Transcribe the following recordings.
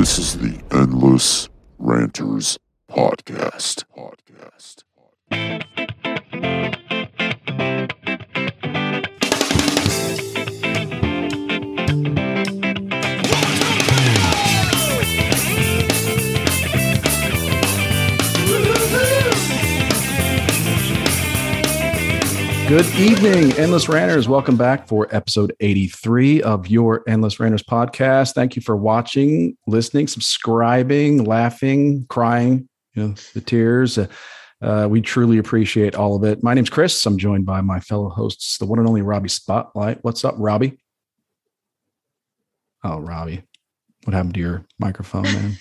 This is the Endless Ranters Podcast. Podcast. Good evening, Endless Ranters. Welcome back for episode 83 of your Endless Ranters podcast. Thank you for watching, listening, subscribing, laughing, crying, you know, the tears. Uh, uh, we truly appreciate all of it. My name's Chris. I'm joined by my fellow hosts, the one and only Robbie Spotlight. What's up, Robbie? Oh, Robbie, what happened to your microphone, man?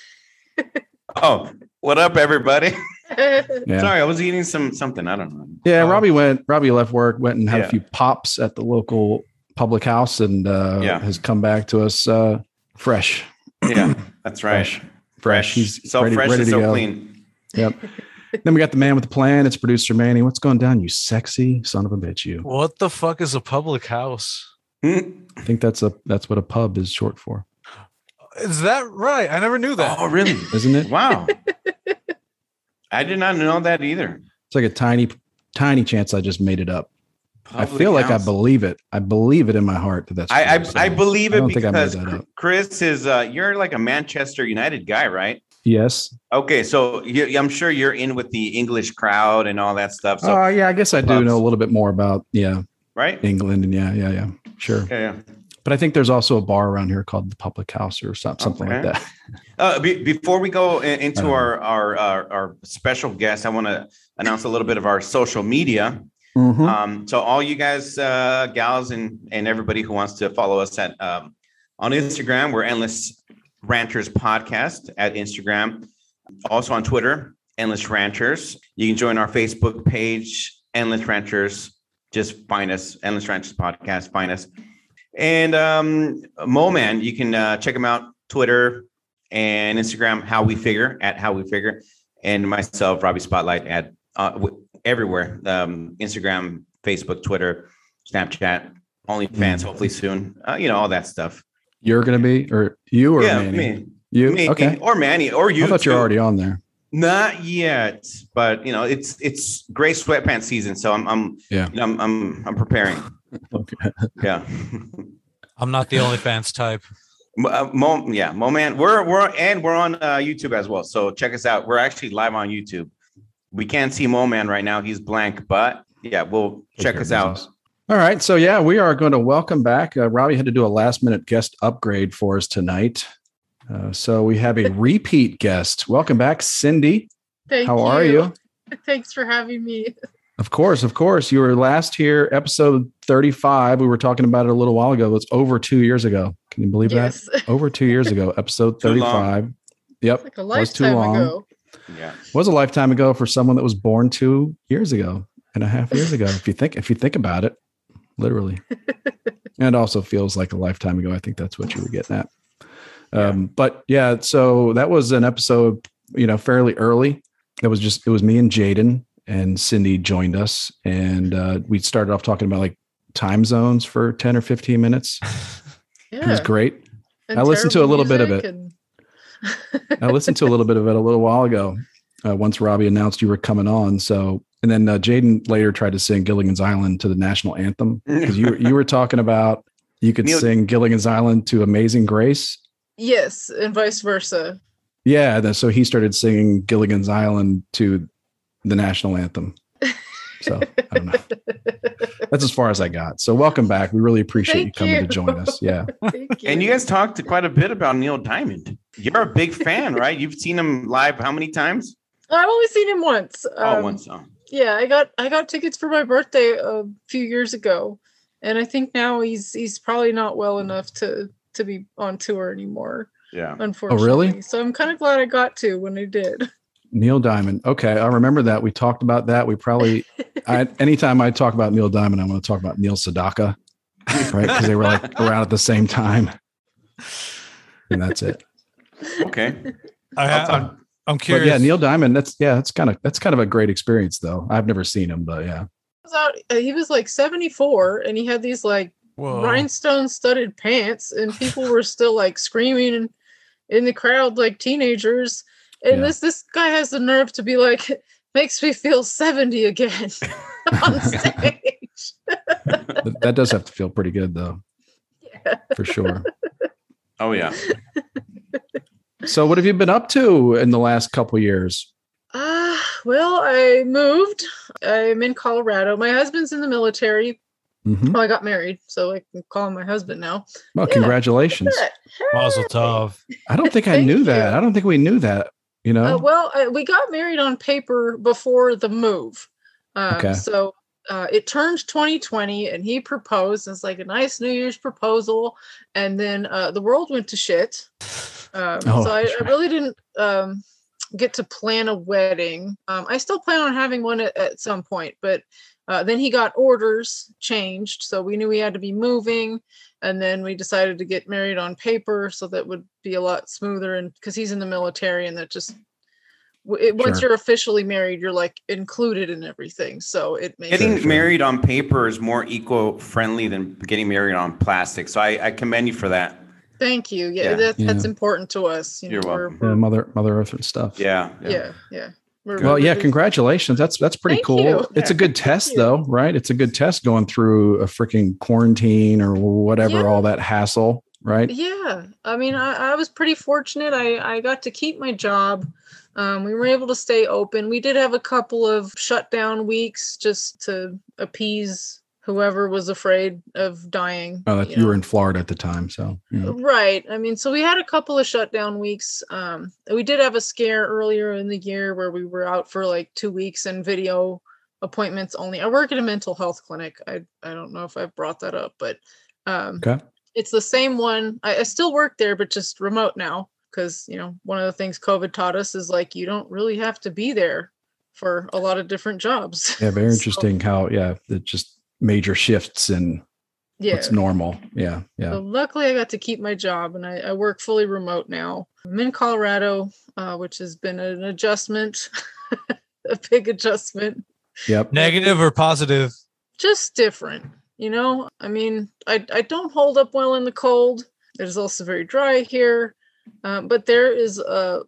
Oh, what up, everybody? Yeah. Sorry, I was eating some something. I don't know. Yeah, Oh, Robbie went. Robbie left work, went and had a Yeah. few pops at the local public house, and uh, Yeah. has come back to us uh, fresh, Yeah, that's right. Fresh. fresh. He's so ready, fresh ready and to so go. clean. Then we got the man with the plan. It's producer Manny. What's going down, you sexy son of a bitch? You. What the fuck is a public house? Hmm? I think that's a that's what a pub is short for, Is that right? I never knew that. Oh, really? isn't it? Wow. I did not know that either. It's like a tiny, tiny chance I just made it up. I Public feel like I house. believe it. I believe it in my heart that that's. I I, true, so I believe I it don't think I made because that up. Chris is uh you're like a Manchester United guy, right? Yes. Okay, so you, I'm sure you're in with the English crowd and all that stuff. So Oh yeah, I guess I do Pubs. know a little bit more about yeah right? Yeah, England and yeah yeah yeah sure. yeah. But I think there's also a bar around here called the Public House or something, something Okay. like that. Uh, be, before we go in, into Uh-huh. our, our our our special guest, I want to announce a little bit of our social media. Mhm. Um, so all you guys, uh, gals, and and everybody who wants to follow us at um, on Instagram, we're Endless Ranters Podcast at Instagram. Also on Twitter, Endless Ranchers. You can join our Facebook page, Endless Ranchers. Just find us, Endless Ranchers Podcast. Find us. And um, Mo Man, you can uh, check him out Twitter and Instagram. How we figure at How We Figure, and myself, Robbie Spotlight at uh, w- everywhere um, Instagram, Facebook, Twitter, Snapchat, Hmm. OnlyFans, hopefully soon. Uh, you know, all that stuff. You're gonna be or you or yeah, Manny? me. You me, okay? Or Manny, or you. I thought you too. were already on there. Not yet, but you know, it's it's gray sweatpants season, so I'm I'm Yeah. you know, I'm, I'm I'm preparing. Okay. Yeah. I'm not the OnlyFans type. Mo- uh, Mo, yeah, Mo man, we're we're and we're on uh, YouTube as well. So check us out. We're actually live on YouTube. We can't see Mo man right now; he's blank. But yeah, we'll check care of us out. business. All right, so yeah, we are going to welcome back. Uh, Robbie had to do a last minute guest upgrade for us tonight, uh, so we have a repeat guest. Welcome back, Cindy. Thank How you. are you? Thanks for having me. Of course, of course. You were last here, episode thirty-five. We were talking about it a little while ago. It's over two years ago. Can you believe yes, that? Over two years ago, episode Too long. thirty-five. Yep, like a was too lifetime long. ago. Yeah. was a lifetime ago for someone that was born two years ago and a half years ago. If you think if you think about it, literally, and also feels like a lifetime ago. I think that's what you were getting at. Um, But yeah, so that was an episode, you know, fairly early. It was just it was me and Jaden and Cindy joined us, and uh, we started off talking about like time zones for ten or fifteen minutes. Yeah. It was great. and I listened to a terrible little bit of music it. and- I listened to a little bit of it a little while ago. Uh, once Robbie announced you were coming on, so and then uh, Jaden later tried to sing Gilligan's Island to the national anthem because you were- you were talking about you could Neil- sing Gilligan's Island to Amazing Grace. yes, and vice versa. Yeah, then, so he started singing Gilligan's Island to the national anthem. So I don't know. That's as far as I got. So welcome back. We really appreciate you Thank coming you. to join us. Yeah. Thank you. And you guys talked quite a bit about Neil Diamond. You're a big fan, right? You've seen him live how many times? I've only seen him once. oh, Um, one song. Yeah, I got I got tickets for my birthday a few years ago, and I think now he's he's probably not well enough to to be on tour anymore. Yeah. Oh, Unfortunately, so I'm kind of glad I got to when I did. Neil Diamond. Okay, I remember that. We talked about that. We probably, I, anytime I talk about Neil Diamond, I want to talk about Neil Sedaka, right? Because they were like around at the same time, and that's it. Okay. I, I'll am talk- I'm But curious. yeah, Neil Diamond. That's yeah, that's kind of that's kind of a great experience, though. I've never seen him, but yeah, was out. uh, He was like 74, and he had these like Whoa. rhinestone studded pants, and people were still like screaming in- in the crowd like teenagers. And Yeah. this this guy has the nerve to be like, makes me feel 70 again on stage. But that does have to feel pretty good though, yeah. for sure. Oh yeah. so what have you been up to in the last couple years? Uh, well, I moved. I'm in Colorado. My husband's in the military. Mhm. Oh, I got married, so I can call him my husband now. Well, Yeah. congratulations. Mazel tov. I don't think I Thank knew that. you. I don't think we knew that. You know, Uh, well, uh, we got married on paper before the move. Um, Okay. So uh, it turned 2020, and he proposed. It's like a nice New Year's proposal, and then uh, the world went to shit. Um, Oh, so I, that's I really didn't um, get to plan a wedding. Um, I still plan on having one at, at some point, but uh, then he got orders changed, so we knew we had to be moving. And then we decided to get married on paper, so that would be a lot smoother. And because he's in the military, and that just w- it, once Sure. you're officially married, you're like included in everything. So it makes Getting Sure, sure. married on paper is more eco-friendly than getting married on plastic. So I, I commend you for that. thank you. Yeah, Yeah. That, that's Yeah. important to us. You You're know, we're- welcome. Yeah, mother, mother Earth and stuff. Yeah. yeah, yeah. We're- Well, we're yeah, just- congratulations. That's that's pretty Thank cool. you. It's a Yeah, good test you. though, right? It's a good test going through a freaking quarantine or whatever Yeah. all that hassle, right? yeah i mean I, I was pretty fortunate i i got to keep my job um, we were able to stay open we did have a couple of shutdown weeks just to appease whoever was afraid of dying Oh, that you you know. Uh, were in Florida at the time, so Oh. yeah. Right. I mean, so we had a couple of shutdown weeks. Um, we did have a scare earlier in the year where we were out for like two weeks and video appointments only. I work at a mental health clinic. I I don't know if I've brought that up, but um, Okay. it's the same one. I, I still work there, but just remote now because you know one of the things COVID taught us is like you don't really have to be there for a lot of different jobs. Yeah, very So, interesting how yeah, it just major shifts in yeah. Oh. what's normal. Yeah, yeah. So luckily, I got to keep my job and I, I work fully remote now. I'm in Colorado, uh, which has been an adjustment, a big adjustment, Yep. Negative or positive? just different. You know, I mean, I, I don't hold up well in the cold. It is also very dry here, um, but there is a,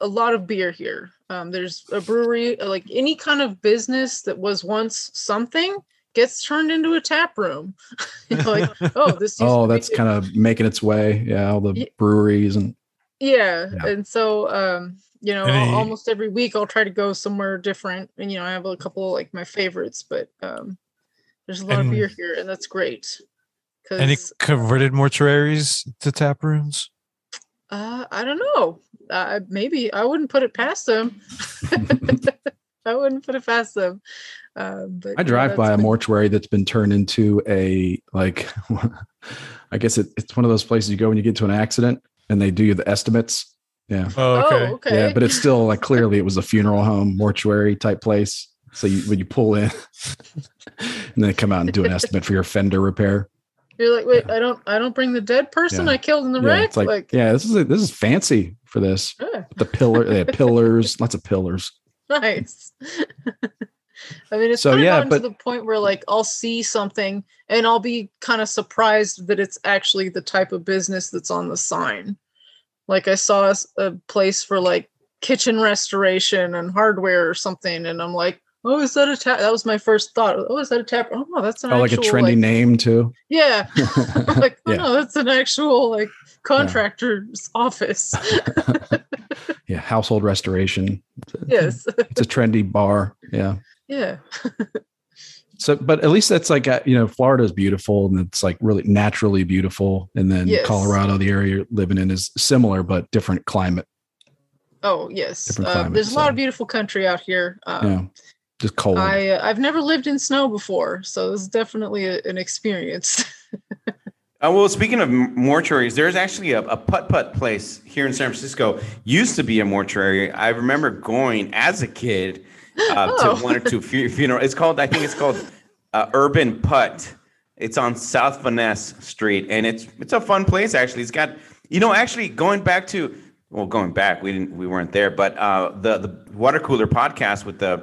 a lot of beer here. Um, there's a brewery, uh, like any kind of business that was once something gets turned into a tap room. You know, like, oh, this. Used Oh, to be that's a- kind of making its way. Yeah, all the Ye- breweries and yeah, Yeah. and so um you know Any- almost every week i'll try to go somewhere different and you know i have a couple of like my favorites but um there's a lot And- of beer here and that's great because Any converted mortuaries to tap rooms? uh, i don't know uh, maybe i wouldn't put it past them i wouldn't put it past them um but I yeah, drive that's by a been- mortuary that's been turned into a like, I guess it, it's one of those places you go when you get to an accident and they do you the estimates. Yeah, Oh, okay. oh okay yeah, but it's still like clearly it was a funeral home mortuary type place. So you when you pull in, and they come out and do an estimate for your fender repair. you're like wait i don't i don't bring the dead person Yeah. i killed in the Yeah, wreck it's like, yeah, this is a, this is fancy for this. yeah. The pillar, they have pillars, lots of pillars. nice. I mean, it's So, kind of yeah, gotten but- to the point where like I'll see something and I'll be kind of surprised that it's actually the type of business that's on the sign. Like I saw s- a place for like kitchen restoration and hardware or something, and I'm like, oh, is that a tap? That was my first thought. Oh, is that a tap? Oh, that's an Oh, like a actual, trendy name too. Yeah, I'm like oh Yeah. no, that's an actual like contractor's office. Yeah, household restoration. yes, It's a trendy bar. Yeah. yeah, So, but at least that's like uh, you know, Florida is beautiful and it's like really naturally beautiful, and then Yes. Colorado, the area you're living in, is similar but different climate. oh yes. Different Uh, climate, there's a lot so- of beautiful country out here. Um, Yeah, just cold. I uh, I've never lived in snow before, so this is definitely a, an experience. Uh, well, speaking of m- mortuaries, there's actually a, a putt putt place here in San Francisco. Used to be a mortuary. I remember going as a kid uh, Oh. to one or two fu- funeral. It's called, I think it's called uh, Urban Putt. It's on South Finesse Street, and it's it's a fun place actually. It's got you know actually going back to well going back we didn't we weren't there, but uh, the the water cooler podcast with the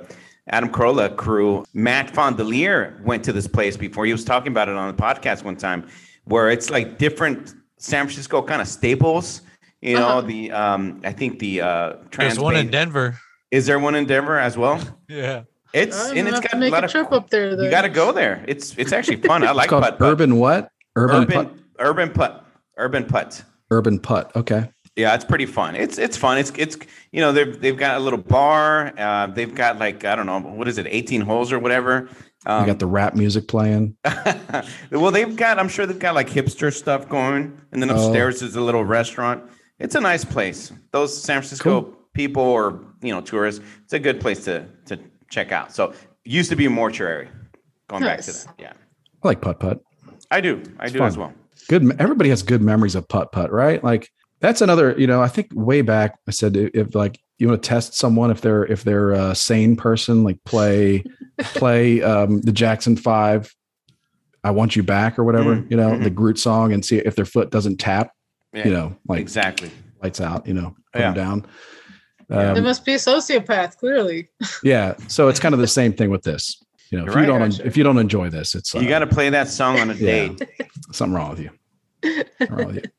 Adam Carolla crew, Matt Fondelier went to this place before. He was talking about it on the podcast one time, where it's like different San Francisco kind of staples. You know, Uh-huh. the um, I think the uh, There's one in Bay- Denver. Is there one in Denver as well? Yeah. It's and I'm gonna it's have got to make a lot a of trip up there. Though. You got to go there. It's it's actually fun. I It's like called putt, putt. urban what? Urban urban putt. urban putt urban putt. Urban putt. Okay. Yeah, it's pretty fun. It's it's fun. It's it's you know they've they've got a little bar. Uh, they've got like I don't know what is it, eighteen holes or whatever. You Um, got the rap music playing. well, they've got I'm sure they've got like hipster stuff going, and then Oh. upstairs is a little restaurant. It's a nice place. Those San Francisco people or you know tourists, it's a good place to to check out. So used to be a mortuary. Going back Nice. to that, yeah, I like putt putt. I do, I It's do fun. as well. good everybody has good memories of putt putt right like that's another you know i think way back i said if if, like you want to test someone if they're if they're a sane person like play play um the jackson five i want you back or whatever Mm, you know mhm. the groot song and see if their foot doesn't tap Yeah, you know like exactly. lights out you know put them Yeah. down Yeah. They um, must be a sociopath, clearly. yeah so it's kind of the same thing with this you know if You're you right, don't actually. if you don't enjoy this it's uh, you got to play that song on a Yeah. date. something wrong with you, Something wrong with you.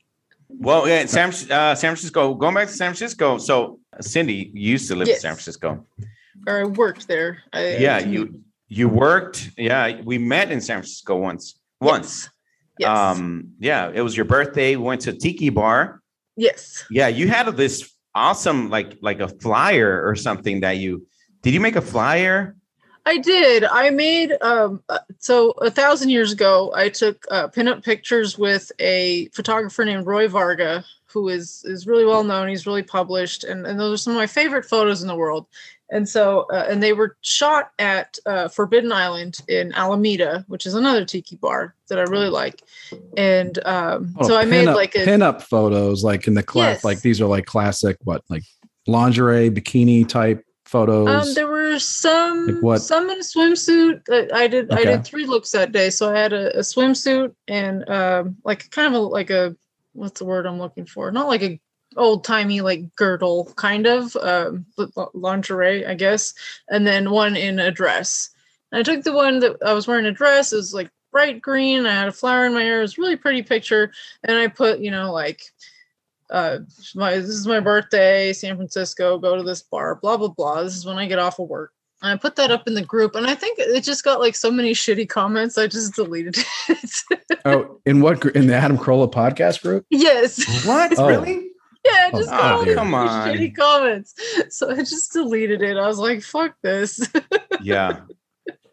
Well, yeah, San, Fran- uh, San Francisco. Going back to San Francisco. So, Cindy, you used to live in Yes. San Francisco. Or I worked there. I, I Yeah, commuted. you you worked. Yeah, we met in San Francisco once. Once. Yes. Um, yeah, it was your birthday. We went to Tiki Bar. yes. Yeah, you had this awesome like like a flyer or something that you did. You make a flyer. I did. I made um uh, so a thousand years ago. I took uh, pinup pictures with a photographer named Roy Varga, who is is really well known. He's really published, and and those are some of my favorite photos in the world. And so, uh, and they were shot at uh, Forbidden Island in Alameda, which is another tiki bar that I really like. And um, Oh, so I made pin-up- like a pin-up photos, like in the class. Yes. Like these are like classic, what like lingerie, bikini type photos. Um, there were some Like what? some in a swimsuit. that I did I Okay. did three looks that day, so I had a, a swimsuit and um, like kind of a, like a what's the word I'm looking for? Not like a old timey like girdle kind of um, l- l- lingerie, I guess, and then one in a dress. And I took the one that I was wearing a dress. It was like bright green. I had a flower in my hair. It was a really pretty picture, and I put you know like uh, my this is my birthday, San Francisco, go to this bar, blah blah blah. This is when I get off of work. And I put that up in the group and I think it just got like so many shitty comments. I just deleted it. oh, in what gr- in the Adam Carolla podcast group? yes. What Oh. really? Yeah, it Oh, just got all these come on. shitty comments. So I just deleted it. I was like, fuck this. Yeah,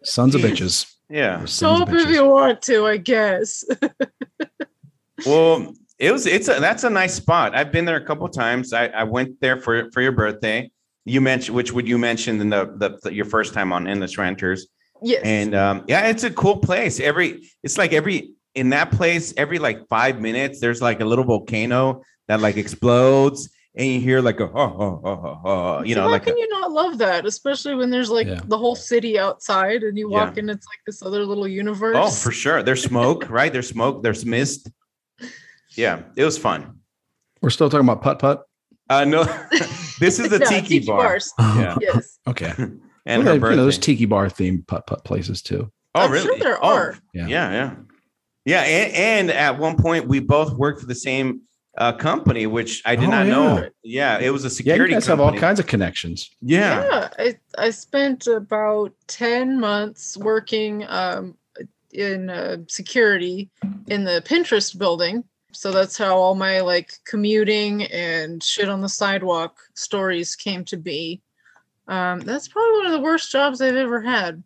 Sons of Jeez. bitches. yeah. Show Sons of up if bitches. you want to, I guess. Well, it was it's a that's a nice spot. I've been there a couple times. I, I went there for for your birthday. You mentioned which would you mentioned in the, the, the your first time on Endless Renters. Yes. And um, yeah, it's a cool place. Every it's like every in that place, every like five minutes, there's like a little volcano that like explodes, and you hear like a oh oh oh oh, oh you So know how like a, can you not love that? Especially when there's like Yeah. the whole city outside and you Yeah. walk in, it's like this other little universe. oh for sure. There's smoke, right? There's smoke. There's mist. Yeah, it was fun. We're still talking about putt putt. Uh, no, this is the No, tiki, bar. bars. Yeah, Yes. Okay. Uh-huh. Well, and her they- you birthday. know, there's tiki bar themed putt putt places too. oh, I'm really? sure there Oh, are. Yeah. Yeah, yeah, yeah. and, and at one point, we both worked for the same uh, company, which I did Oh, not yeah. know. Yeah, it was a Yeah, you security. guys have all company. kinds of connections. Yeah. yeah I, I spent about 10 months working um, in uh, security in the pinterest building so that's how all my like commuting and shit on the sidewalk stories came to be um, that's probably one of the worst jobs i've ever had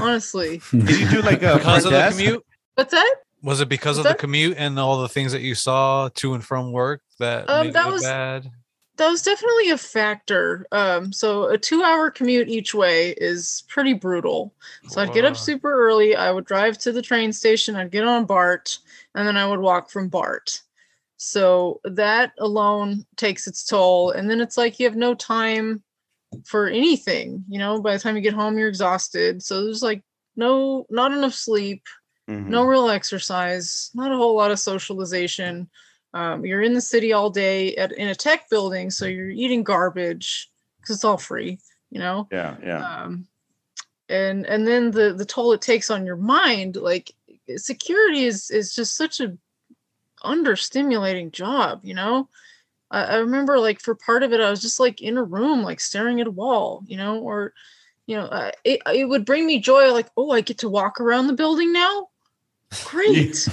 honestly Did you do like a front Because of the desk? commute? but that Was it because of That- the commute and all the things that you saw to and from work that Um, made that it was- bad? that was definitely a factor. Um, so a two-hour commute each way is pretty brutal. So I'd get Wow. up super early. I would drive to the train station. I'd get on BART, and then I would walk from BART. So that alone takes its toll. And then it's like you have no time for anything. You know, by the time you get home, you're exhausted. So there's like no, not enough sleep Mhm. no real exercise, not a whole lot of socialization. Um, you're in the city all day at, in a tech building, so you're eating garbage because it's all free, you know. Uh, Yeah, yeah. Um, and and then the the toll it takes on your mind like security is is just such a understimulating job you know I, I remember like for part of it i was just like in a room like staring at a wall you know or you know uh, it, it would bring me joy like oh i get to walk around the building now great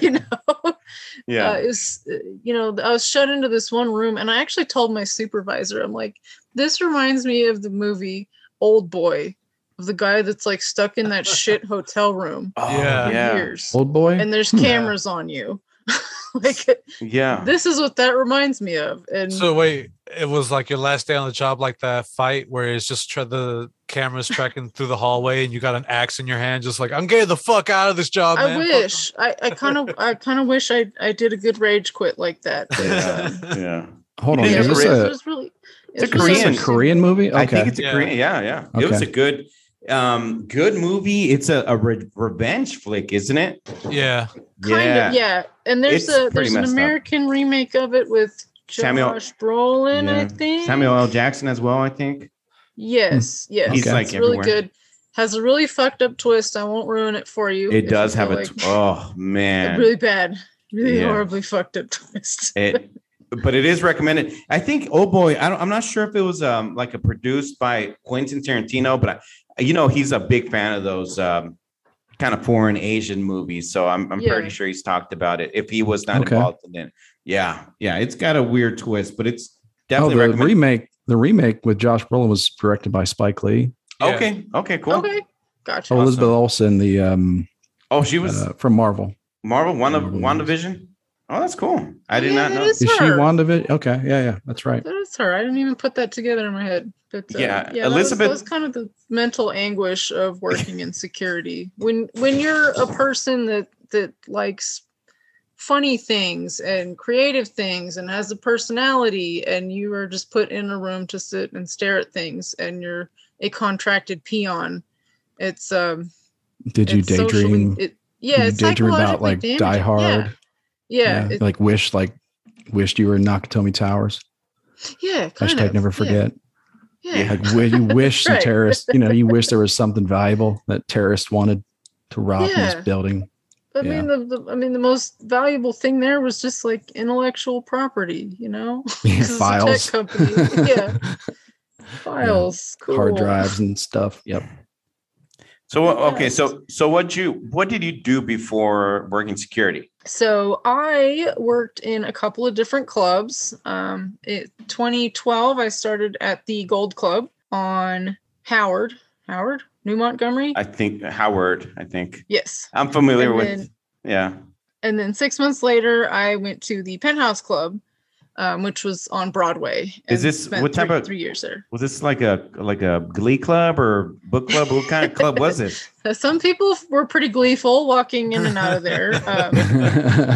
you know yeah. uh, it was, uh, you know, I was shut into this one room, and I actually told my supervisor, I'm like, this reminds me of the movie Old Boy, of the guy that's like stuck in that shit hotel room Oh, Yeah. for yeah. years, Old boy. and there's Yeah. cameras on you. like, Yeah. this is what that reminds me of. And So wait, it was like your last day on the job, like that fight where it's just tra- the cameras tracking through the hallway, and you got an axe in your hand, just like I'm getting the fuck out of this job. I man. Fuck wish I I kind of I kind of wish I I did a good rage quit like that. Oh, Yeah. but, um, Yeah. Hold on. Yeah, Is this it a, was really It's a it was really Korean- a Korean movie? I think Okay. it's a Yeah. Korean. Yeah, yeah. It was a Okay. good, um, good movie. It's a, a re- revenge flick, isn't it? Yeah. kind of yeah and there's It's a pretty there's an messed up. american remake of it with josh Samuel- brolin i Yeah. think Samuel L. Jackson as well. I think. yes yes He's, it's like, really everywhere. good has a really fucked up twist i won't ruin it for you if It you does have feel a. like- T- oh a man. really bad really Yeah. horribly fucked up twist it but it is recommended i think oh boy I don't, i'm not sure if it was um like a produced by quentin tarantino but I, you know he's a big fan of those um kind of foreign asian movies so i'm, I'm Yeah. pretty sure he's talked about it if he was not Okay. involved in it yeah yeah it's got a weird twist but it's Oh, definitely the recommended remake. The remake with Josh Brolin was directed by Spike Lee. Yeah. okay okay cool okay gotcha Oh, Elizabeth Olsen, the um, oh she was uh, from Marvel. marvel one of Marvel. wandavision oh that's cool i did Yeah, not that know is- Is she Sure. WandaVision? Okay, yeah, yeah, that's right. that's her i didn't even put that together in my head but uh, Yeah, that was- Elizabeth- that was kind of the mental anguish of working in security when when you're a person that that likes funny things and creative things and has a personality and you are just put in a room to sit and stare at things and you're a contracted peon it's um Did you it's socially- daydream? it, yeah you it's daydream about psychologically like damaging. Die Hard. yeah, yeah, it- like wish, like wished you were in Nakatomi Towers. yeah kind Hashtag of, never yeah, forget. yeah. Like wi- you wish some Right. terrorists, you know, you wish there was something valuable that terrorists wanted to rob in Yeah. this building. I Yeah. mean, the, the I mean, the most valuable thing there was just like intellectual property, you know, This is a tech Files, company. Yeah, files, cool. hard drives and stuff. Yep. so Yeah. okay so so what you what did you do before working security So I worked in a couple of different clubs. Um, in 2012, I started at the Gold Club on Howard, Howard, New Montgomery. i think howard i think yes, I'm familiar And with. then- yeah. and then six months later, I went to the Penthouse Club, um, which was on Broadway. Is and this- spent what type three- of- three years there? Was this like a like a glee club or book club? What kind of club was it? Uh, Some people f- were pretty gleeful walking in and out of there. Um,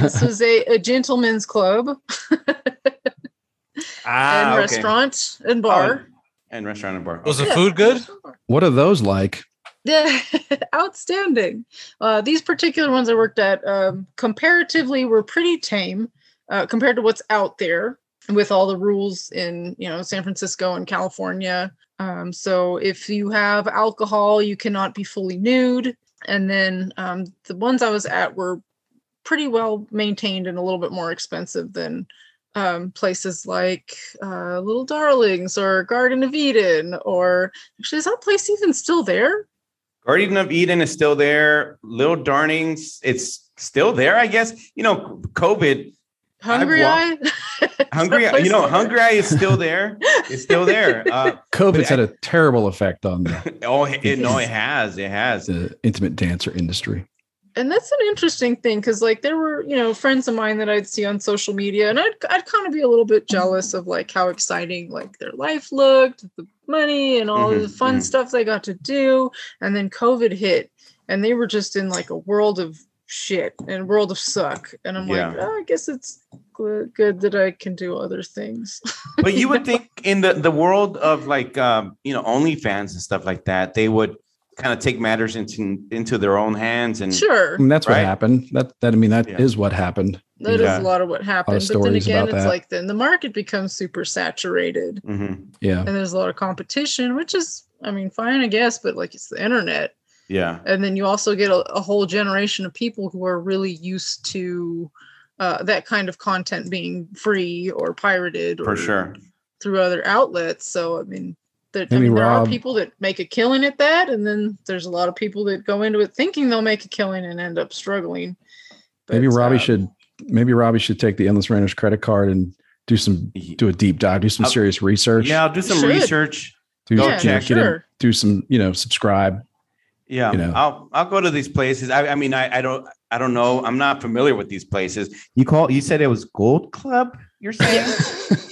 this was a, a gentleman's club and Ah, okay. restaurant and Oh, bar. and restaurant and bar. Was Okay. the food good? what are those like? Yeah, outstanding. Uh, these particular ones I worked at um, comparatively were pretty tame uh, compared to what's out there with all the rules in you know San Francisco and California. Um, so if you have alcohol, you cannot be fully nude. And then um, the ones I was at were pretty well maintained and a little bit more expensive than um, places like uh, Little Darlings or Garden of Eden. Or actually, is that place even still there? Garden of Eden is still there. Little Darnings, it's still there, I guess. You know, COVID, Hungry Eye. I've Hungry, you know, Hungry Eye is still there. It's still there. Uh, COVID's But had a terrible effect on the, oh, it, no, it has. It has. the intimate dancer industry. And that's an interesting thing because, like, there were you know friends of mine that I'd see on social media, and I'd I'd kind of be a little Mm-hmm. bit jealous of like how exciting like their life looked, the money, and all of the Mhm, fun mhm. stuff they got to do. And then COVID hit, and they were just in like a world of shit and a world of suck. And I'm like, Yeah. oh, I guess it's gl- good that I can do other things. but you would think in the the world of like um, you know OnlyFans and stuff like that, they would kind of take matters into into their own hands and sure, And that's what Right. happened. That that I mean that is Yeah. what happened. that is Yeah. a lot of what happened. But then stories again, about it's that. like then the market becomes super saturated. Mhm. Yeah. and there's a lot of competition, which is I mean, fine, I guess, but like it's the internet. Yeah. and then you also get a, a whole generation of people who are really used to uh, that kind of content being free or pirated or For sure. through other outlets so i mean, there, I Maybe mean there are Rob- people that make a killing at that and then there's a lot of people that go into it thinking they'll make a killing and end up struggling Maybe But, Robbie uh, should maybe Robbie should take the Endless Rainer's credit card and do some do a deep dive, do some Uh, serious research. Yeah, I'll do some Should. research. do, go you know, check. get in- Sure. do some you know subscribe. Yeah, You know. I'll I'll go to these places. I, I mean, I, I don't I don't know. I'm not familiar with these places. You call you said it was Gold Club. You're saying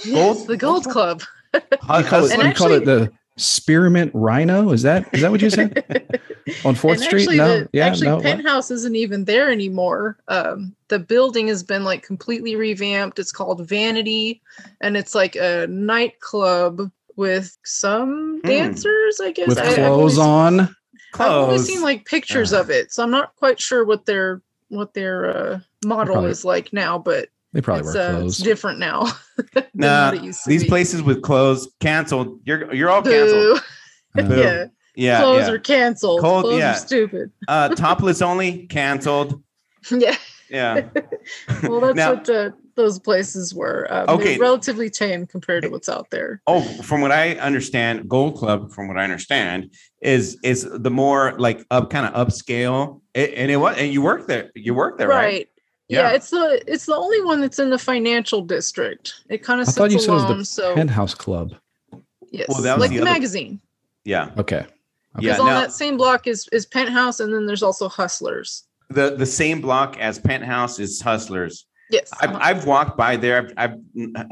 yes, the gold club Uh, You call, it, And you call it actually- the Spearmint Rhino. Is that is that what you said on Fourth And Street? Actually, no, the, yeah, actually no. what? penthouse isn't even there anymore. Um, the building has been like completely revamped. It's called Vanity, and it's like a nightclub with some Hmm. dancers. I guess With I, I've clothes only- on. I've only seen like like Ah. pictures of it, so I'm not quite sure what their what their uh, model Probably- is like now. But They probably it's, wear uh, it's clothes. different now. than Nah, what it used to these be. places with clothes canceled. You're you're all Boo. canceled. Uh, Boo. Yeah, Yeah, clothes yeah. are canceled. Cold- clothes yeah. are stupid. uh, topless only canceled. yeah. Yeah. well that's Now- what the, those places were um, Okay. okay relatively tame compared to what's out there Oh, from what I understand, Gold Club, from what I understand, is is the more like up kind of upscale. It, and it was and you work there. You work there, right? Yeah. Yeah. it's the it's the only one that's in the financial district it kind of I thought you sits said it was alone the so penthouse club. yes Well, that was like the the other- magazine Yeah. Okay. Okay. Yeah, because on now- that same block is is penthouse and then there's also hustlers The the same block as Penthouse is Hustlers. yes I've, uh-huh. I've walked by there. I've, I've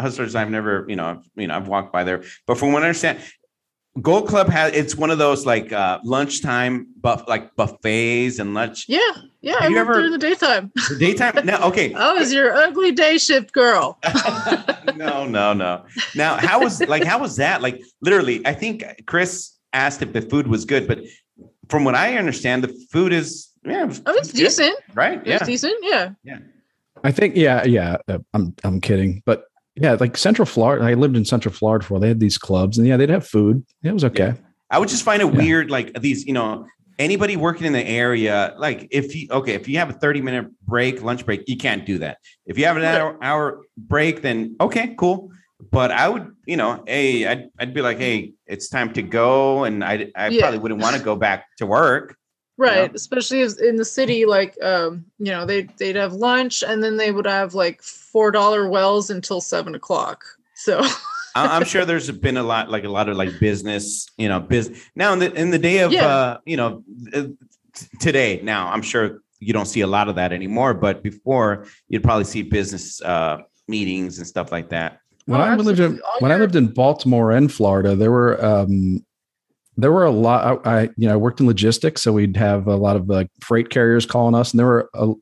hustlers. I've never, you know, I've, you know, I've walked by there. But from what I understand, Gold Club has it's one of those like uh, lunchtime buff like buffets and lunch yeah yeah i Have you worked ever- there in the daytime daytime. No, okay. i was your ugly day shift girl no, no, no. Now, how was like how was that? Like literally, I think Chris asked if the food was good, but from what I understand, the food is yeah, it was i was good, Oh, decent right? it was Yeah, decent yeah I think yeah, yeah. uh, I'm I'm kidding, but yeah, like Central Florida. I lived in Central Florida before. They had these clubs, and yeah, they'd have food. It was okay. I would just find it Yeah. weird, like these, you know, anybody working in the area, like if you okay, if you have a 30 minute break, lunch break, you can't do that. If you have an Right. hour, hour break, then okay, cool. But I would, you know, hey, I'd, I'd be like, hey, it's time to go. And I, I Yeah. probably wouldn't want to go back to work. you know? right especially as in the city like um you know they they'd have lunch and then they would have like four dollar wells until seven o'clock so I, I'm sure there's been a lot, like a lot of like business, you know, business. Now in the in the day of, Yeah. uh, you know, uh, t- today. Now I'm sure you don't see a lot of that anymore, but before you'd probably see business uh, meetings and stuff like that. When Oh, I lived in absolutely. All when I your- lived in Baltimore and Florida, there were um there were a lot. I, I you know I worked in logistics, so we'd have a lot of like freight carriers calling us, and there were a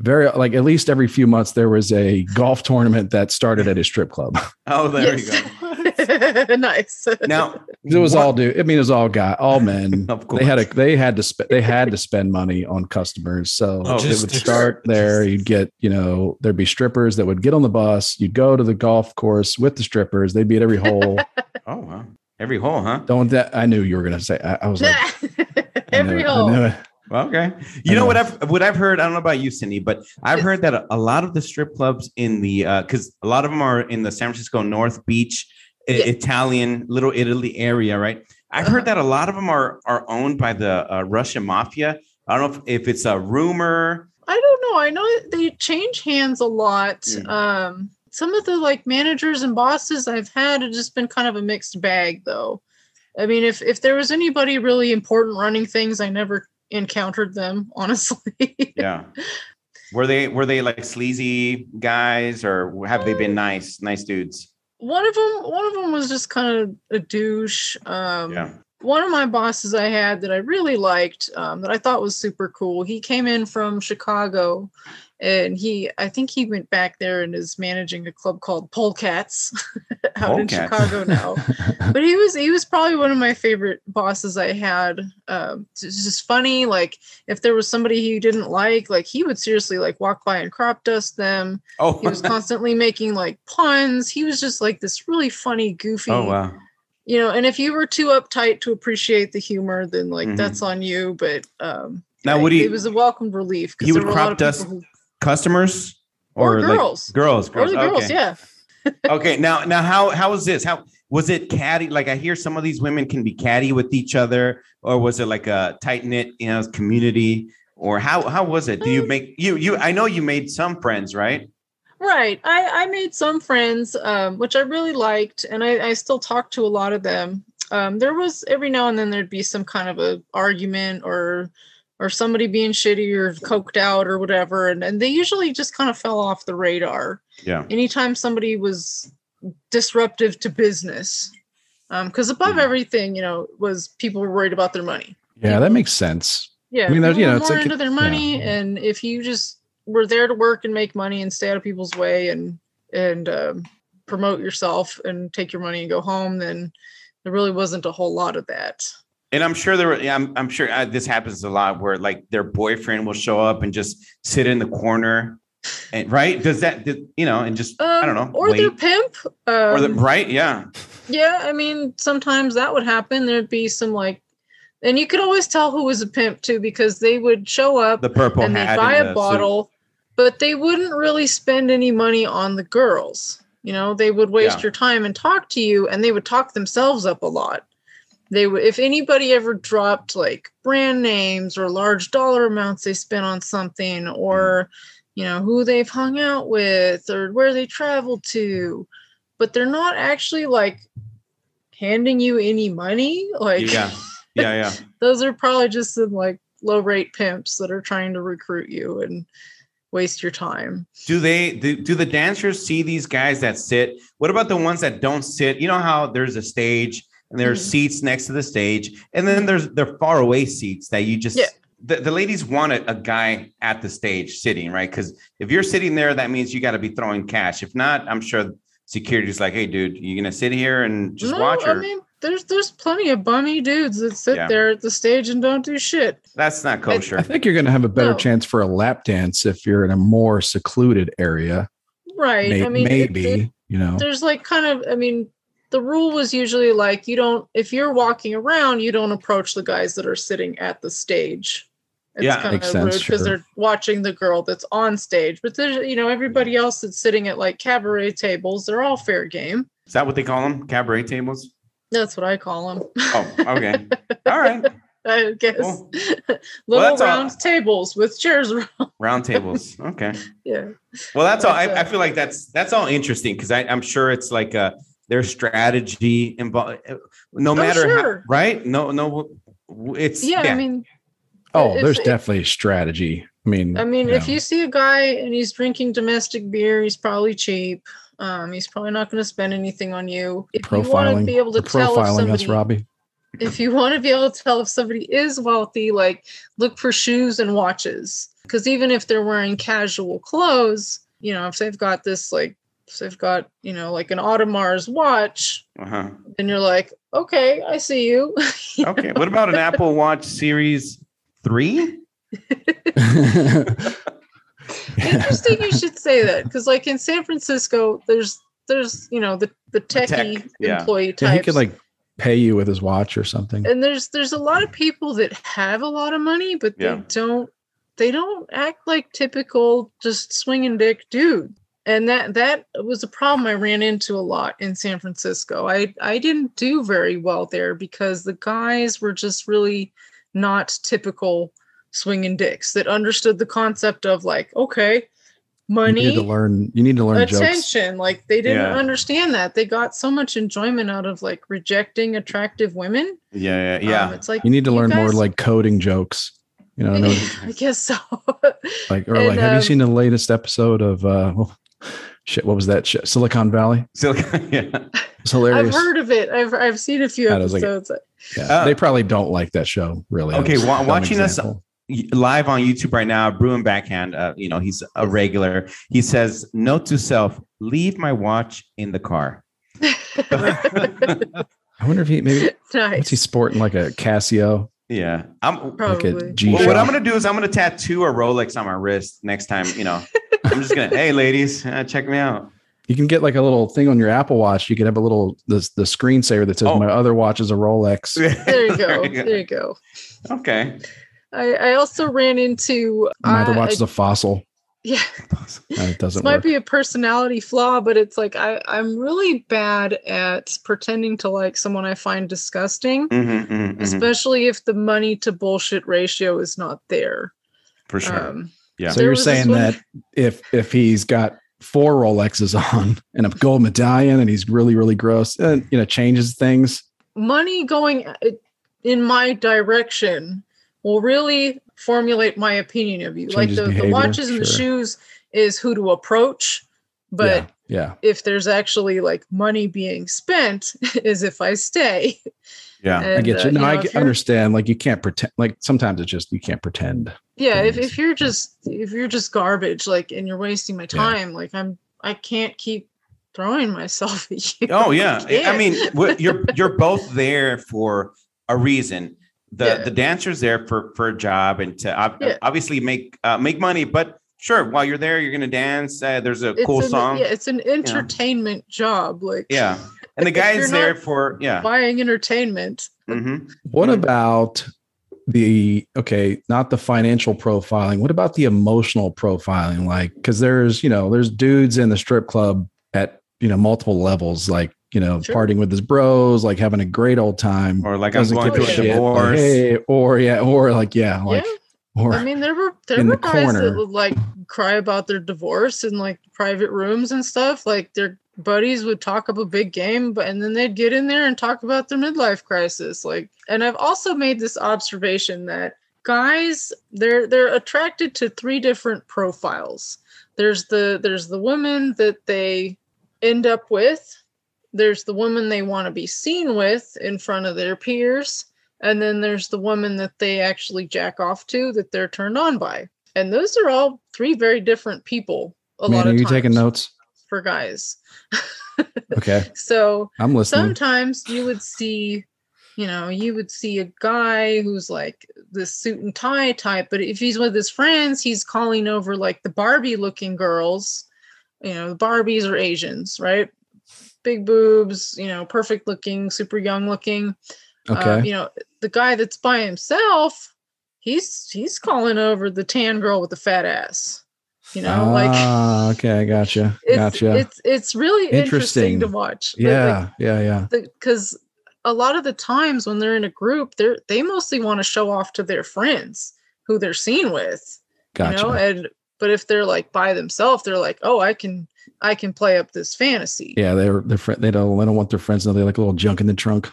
very like at least every few months there was a golf tournament that started at a strip club. Oh, there you go. go nice now It was what- all dude. I mean, it was all guy, all men. Of course. They had a they had to sp- they had to spend money on customers. So Oh, they would Logistics. start there. You'd get you know there'd be strippers that would get on the bus. You'd go to the golf course with the strippers. They'd be at every hole. Oh wow, every hole, huh? Don't that I knew you were gonna say. I, I was like, I knew every it, I hole knew it. Well, okay. You I know, know. what I've what I've heard. I don't know about you, Cindy, but I've Yes. heard that a, a lot of the strip clubs in the because a lot of them are in the San Francisco North Beach, I- Yeah. Uh-huh. Italian Little Italy area, right? I've heard that a lot of them are are owned by the uh, Russian mafia. I don't know if, if it's a rumor. i don't know i know that they change hands a lot Mm. um some of the like managers and bosses i've had have just been kind of a mixed bag though i mean if if there was anybody really important running things i never encountered them honestly Yeah. Were they were they like sleazy guys or have they been nice nice dudes? one of them one of them was just kind of a douche um Yeah. one of my bosses i had that i really liked um, that i thought was super cool he came in from chicago and he i think he went back there and is managing a club called polecats out in Polecats. chicago now but he was he was probably one of my favorite bosses i had um it's just funny like if there was somebody he didn't like like he would seriously like walk by and crop dust them Oh. he was constantly making like puns he was just like this really funny goofy Oh wow. you know, and if you were too uptight to appreciate the humor, then like Mhm. that's on you. But um, Now, I- would he- It was a welcome relief he because there would were a crop lot of dust people who- Customers Or or, like- girls. girls, or girls. the girls, okay. yeah. okay. Now, now, how how was this? How was it catty? Like I hear some of these women can be catty with each other, or was it like a tight knit, you know, community? Or how how was it? Do you Um, make you you? I know you made some friends, right? Right. I, I made some friends, um, which I really liked, and I, I still talk to a lot of them. Um, there was every now and then there'd be some kind of a argument or or somebody being shitty or coked out or whatever, and, and they usually just kind of fell off the radar. Yeah. Anytime somebody was disruptive to business, because above Mhm. everything, you know, was people were worried about their money. Yeah, that makes sense. Yeah, I mean, there's- people you know, were it's more like- into their yeah. money, and if you just were there to work and make money and stay out of people's way and and um, promote yourself and take your money and go home, then there really wasn't a whole lot of that. And I'm sure there were, yeah, I'm, I'm sure uh, this happens a lot where like their boyfriend will show up and just sit in the corner and right. Does that, did- you know, and just, Um, I don't know, or their pimp. Um, or the, right. Yeah. yeah, I mean, sometimes that would happen. There'd be some like, and you could always tell who was a pimp too because they would show up The purple and hat. they'd buy and the a suit. bottle, but they wouldn't really spend any money on the girls. You know, they would waste Yeah. your time and talk to you, and they would talk themselves up a lot. They would, if anybody ever dropped like brand names or large dollar amounts they spent on something, or Hmm. you know who they've hung out with or where they traveled to, but they're not actually like handing you any money. Like, Yeah. Yeah. Yeah. those are probably just some like low rate pimps that are trying to recruit you and waste your time. Do they do, do the dancers see these guys that sit? What about the ones that don't sit? You know how there's a stage and there's Mhm. seats next to the stage, and then there's the far away seats that you just Yeah. the, the ladies want a, a guy at the stage sitting, right? Because if you're sitting there, that means you got to be throwing cash. If not, I'm sure security's like, hey dude, you gonna sit here and just no, watch I her. mean, there's there's plenty of bummy dudes that sit Yeah. there at the stage and don't do shit. That's not kosher. I think you're going to have a better No. chance for a lap dance if you're in a more secluded area. Right. May- I mean, it- maybe it- you know. there's like kind of I mean, the rule was usually like you don't if you're walking around, you don't approach the guys that are sitting at the stage. It's Yeah. kind Makes of rude sense, because sure. they're watching the girl that's on stage. But there's you know, everybody else that's sitting at like cabaret tables, they're all fair game. Is that what they call them? Cabaret tables? That's what I call them. Oh, okay. All right. I guess Cool. little that's all- round tables with chairs. around. Round tables. Okay. yeah, Well, that's all. I, That's, uh, I feel like that's that's all interesting because I'm sure it's like uh their strategy involved. No matter Oh, sure. how, right? No, no, it's yeah. I mean, oh, if- there's if- definitely strategy. I mean, I mean, if know. you see a guy and he's drinking domestic beer, he's probably cheap. Um, he's probably not going to spend anything on you. If you want to profiling, be able to they're tell if profiling us, somebody, Robbie. if you want to be able to tell if somebody is wealthy, like look for shoes and watches. Because even if they're wearing casual clothes, you know, if they've got this like, if they've got you know like an Audemars watch, uh-huh. then you're like, okay, I see you. okay. What about an Apple Watch Series Three? Interesting, you should say that because, like in San Francisco, there's there's you know the the tech, techie yeah. employee types, Yeah, he could like pay you with his watch or something. and there's there's a lot of people that have a lot of money, but Yeah. they don't they don't act like typical just swinging dick dude. And that that was a problem I ran into a lot in San Francisco. I I didn't do very well there because the guys were just really not typical swinging dicks that understood the concept of like okay You need to money learn. You need to learn jokes. attention like they didn't Yeah. understand that they got so much enjoyment out of like rejecting attractive women Yeah, yeah, Um, yeah. it's like You need to you learn more guys- like coding jokes. You know, no, i guess so like or And, like. Have you um, seen the latest episode of uh, well, shit? What was that? Shit? Silicon Valley. so yeah. It's hilarious. i've heard of it i've, I've seen a few I was like- episodes yeah, Uh, they probably don't like that show. Really. Okay, That's a wa- dumb watching us- example. Live on YouTube right now, Bruin Backhand. Uh, you know, he's a regular. He says, "Note to self: Leave my watch in the car." I wonder if he maybe what's he nice sporting like a Casio, yeah, I'm. probably like a G Well, what I'm Shock. gonna do is I'm gonna tattoo a Rolex on my wrist next time. You know, I'm just gonna, hey ladies, uh, check me out. You can get like a little thing on your Apple Watch. You could have a little the the screensaver that says Oh. my other watch is a Rolex. There you go. there you go. Okay. I, I also ran into My other I- watch Uh, I- is a fossil. yeah. And it This doesn't might work. be a personality flaw, but it's like I, I'm really bad at pretending to like someone I find disgusting, Mhm, mhm, mhm. especially if the money to bullshit ratio is not there. For sure. Um, yeah. So there you're was this saying one- that if if he's got four Rolexes on and a gold medallion and he's really really gross and you know changes things, money going a- in my direction will really formulate my opinion of you. Changes like the, the behavior, watches and the sure. shoes is who to approach, but yeah, yeah. if there's actually like money being spent, is if I stay. Yeah. I And, get uh, you. No, know, I if get- you're- understand. Like you can't pretend. Like sometimes it's just you can't pretend. yeah if, things. if you're just if you're just garbage like and you're wasting my Yeah. time like i'm i can't keep throwing myself at you Oh yeah. I- I can't. mean, what- you're you're both there for a reason. The Yeah. the dancer's there for for a job and to ob- Yeah. obviously make uh, make money, but sure, while you're there, you're gonna dance. Uh, there's a cool an, song. yeah Yeah. it's an entertainment job like And the If you're guy's there not for yeah. buying entertainment Mhm. What Mhm. about the okay, not the financial profiling. What about the emotional profiling? Like, because there's you know there's dudes in the strip club at you know multiple levels, like you know Sure. partying with his bros, like having a great old time. Or like I'm doesn't going give through a a shit. Like, divorce. hey, or yeah, or like yeah, like or i mean there were there in were the guys corner. that would like cry about their divorce in like private rooms and stuff like their buddies would talk up a big game but and then they'd get in there and talk about their midlife crisis like and i've also made this observation that guys they're they're attracted to three different profiles there's the there's the woman that they end up with there's the woman they want to be seen with in front of their peers and then there's the woman that they actually jack off to that they're turned on by and those are all three very different people a man, lot are of you times taking notes? for guys Okay, so I'm listening. sometimes you would see you know you would see a guy who's like the suit and tie type but if he's with his friends he's calling over like the barbie looking girls you know the barbies are asians right big boobs you know perfect looking super young looking okay, um, you know the guy that's by himself he's he's calling over the tan girl with the fat ass you know like ah, okay, I gotcha, it's gotcha. it's it's really interesting, to Interesting. watch Like- like, yeah, yeah, yeah. because a lot of the times when they're in a group, they're they mostly want to show off to their friends who they're seen with, Gotcha. you know. And but if they're like by themselves, they're like, oh, I can I can play up this fantasy. Yeah, they're they're fri- they don't they don't want their friends to know they're like a little junk in the trunk.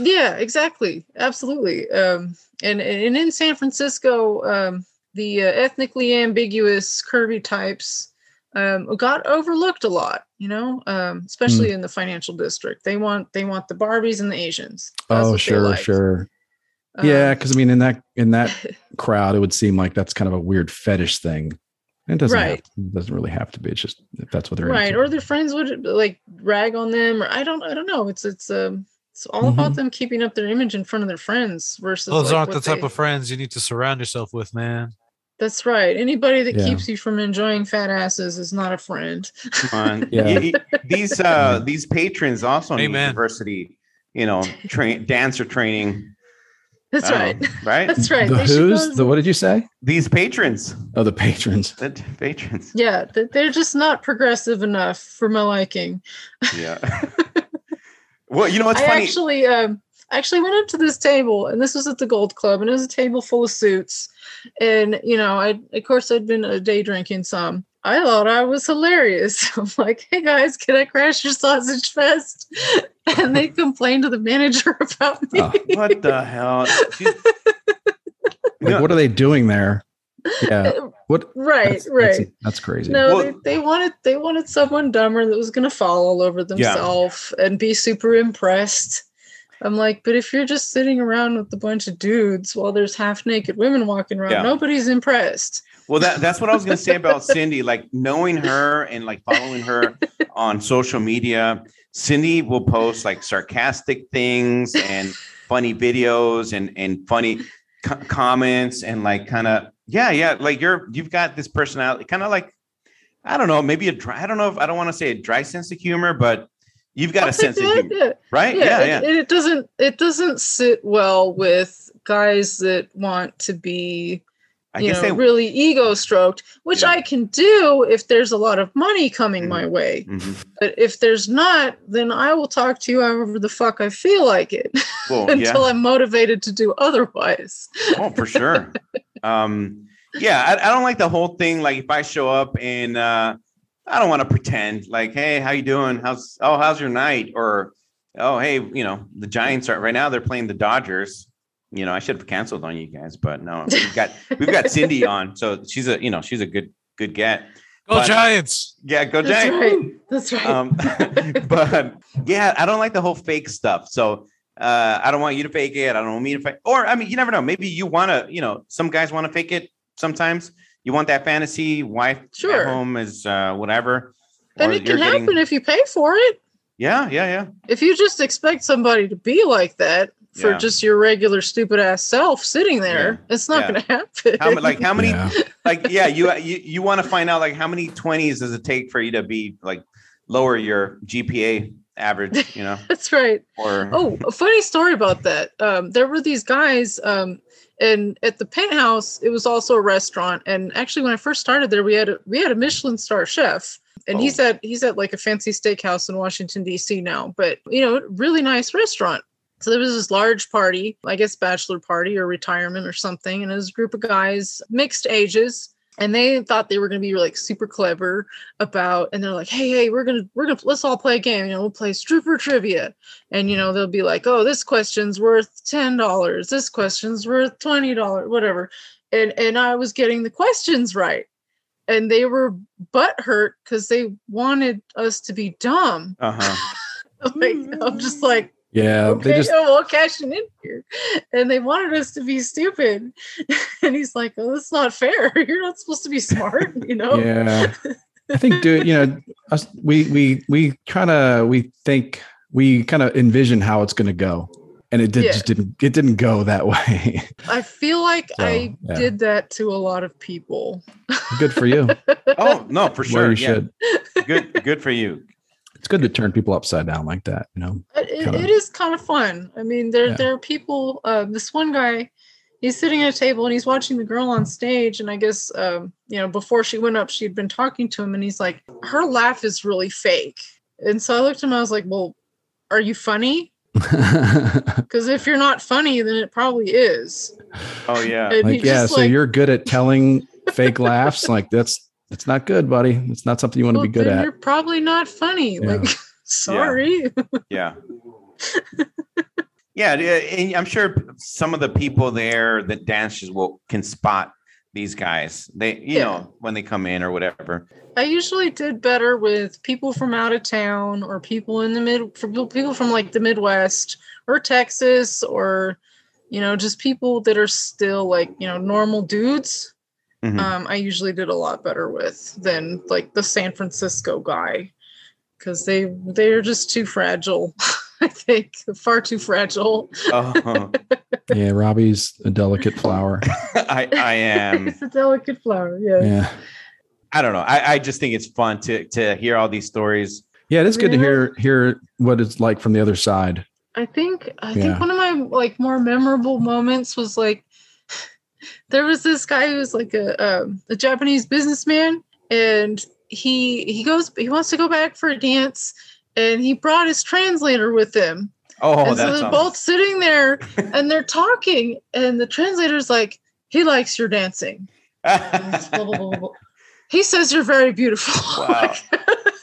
Yeah, exactly, absolutely. Um, and and in San Francisco, um, the uh, ethnically ambiguous curvy types um, got overlooked a lot. You know, Hmm. um, especially in the financial district, they want they want the Barbies and the Asians. That's what oh, they sure, like. sure. Um, yeah, because I mean, in that in that crowd, it would seem like that's kind of a weird fetish thing. It doesn't have- Right. it doesn't really have to be. It's just if that's what they're right into. or their friends would like rag on them or i don't i don't know it's it's um it's all Mm-hmm. about them keeping up their image in front of their friends versus Those like, aren't what the type they- of friends you need to surround yourself with, man. that's right anybody that Yeah. keeps you from enjoying fat asses is not a friend Come on. Yeah. Y- y- these uh these patrons also need Amen. diversity, you know, train dancer training. that's Oh. I don't right know, right? that's right The They should who's go- the what did you say? These patrons. Oh, the patrons. The t- patrons. yeah th- they're just not progressive enough for my liking Yeah. well, you know what's i funny? actually um I actually went up to this table and this was at the gold club and it was a table full of suits and you know i of course i'd been a day drinking some i thought i was hilarious i'm like hey guys can i crash your sausage fest and they complained to the manager about me Oh, what the hell? She's- like No, what are they doing there? Yeah. What right that's, right That's, that's crazy. no Well- they, they wanted they wanted someone dumber that was going to fall all over themselves and be super impressed i'm like but if you're just sitting around with a bunch of dudes while there's half naked women walking around Yeah. nobody's impressed well, that, that's what I was gonna say about Cindy. Like knowing her and like following her on social media, Cindy will post like sarcastic things and funny videos and and funny co- comments and like kind of yeah yeah like you're you've got this personality kind of like I don't know, maybe a dry, I don't know if I don't want to say a dry sense of humor, but you've got I'll a sense of take humor, that, yeah. right? yeah, Yeah, it- yeah. It, doesn't it doesn't sit well with guys that want to be I you guess know they. really ego stroked which Yeah. i can do if there's a lot of money coming my way Mhm. but if there's not then i will talk to you however the fuck i feel like it Cool. yeah. until i'm motivated to do otherwise oh, for sure. Um, yeah, I, I don't like the whole thing. Like if I show up and uh, I don't want to pretend like, hey, how you doing? How's oh, how's your night? Or oh, hey, you know, the Giants are right now. They're playing the Dodgers. You know, I should have canceled on you guys, but no, we've got we've got Cindy on, so she's a you know she's a good good get. Go But- Giants! Yeah, go that's Giants. right that's right Um, but yeah, I don't like the whole fake stuff. So uh, I don't want you to fake it. I don't want me to fake. Or I mean, you never know. Maybe you want to. You know, some guys want to fake it. Sometimes you want that fantasy wife Sure. at home is uh, whatever. and or it you're can happen getting- if you pay for it Yeah, yeah, yeah. if you just expect somebody to be like that for Yeah. just your regular stupid ass self sitting there it's not Yeah. going to happen How many? Like how many? Yeah. Like yeah, you you you want to find out like how many twenties does it take for you to be like lower your GPA average? You know, that's right or oh, a funny story about that. Um, there were these guys, um, and at the penthouse, it was also a restaurant. And actually, when I first started there, we had a we had a Michelin star chef, and he's at he's at like a fancy steakhouse in Washington D.C. now, but you know, really nice restaurant. So there was this large party, I guess bachelor party or retirement or something, and it was a group of guys, mixed ages, and they thought they were going to be like super clever about, and they're like, "Hey, hey, we're gonna we're gonna let's all play a game. You know, we'll play stripper trivia." and you know they'll be like oh this question's worth $10 this question's worth $20 whatever and and i was getting the questions right and they were butthurt because they wanted us to be dumb uh huh. I'm like, i'm just like Yeah, okay Um, they just oh, well cashing in here and they wanted us to be stupid and he's like oh that's not fair you're not supposed to be smart you know yeah. I think do you know us we we we kind of we think we kind of envision how it's going to go and it did, Yeah. just didn't it didn't go that way. i feel like So, i yeah. did that to a lot of people good for you. Oh no, for Where sure. you Yeah, should. good good for you. It's good to turn people upside down like that, you know. It- it, kinda- it is kind of fun. I mean, there Yeah. there are people. Uh, this one guy, he's sitting at a table and he's watching the girl on stage. And I guess um, you know before she went up, she'd been talking to him, and he's like, her laugh is really fake. And so I looked at him. I was like, well, are you funny? Because if you're not funny, then it probably is. Oh yeah. And like he yeah just so like, you're good at telling fake laughs like that's that's not good buddy it's not something you want to well, be good then at You're probably not funny. Yeah. Like, sorry. Yeah. yeah, yeah, and I'm sure some of the people there that dances will can spot these guys. They, you Yeah. know, when they come in or whatever. I usually did better with people from out of town or people in the mid from people from like the Midwest or Texas or you know just people that are still like you know normal dudes. Mhm. Um, I usually did a lot better with than like the San Francisco guy because they they are just too fragile. I think far too fragile. oh, yeah robbie's a delicate flower I, I am. it's a delicate flower. Yeah. yeah I don't know. I, I just think it's fun to to hear all these stories. yeah it's good to hear hear what it's like from the other side I think I Yeah. think one of my like more memorable moments was like there was this guy who was like a um, a Japanese businessman and he he goes he wants to go back for a dance and he brought his translator with him Oh, that's and so they're awesome. both sitting there and they're talking and the translator's like he likes your dancing And it's blah, blah, blah, blah, blah. he says you're very beautiful wow.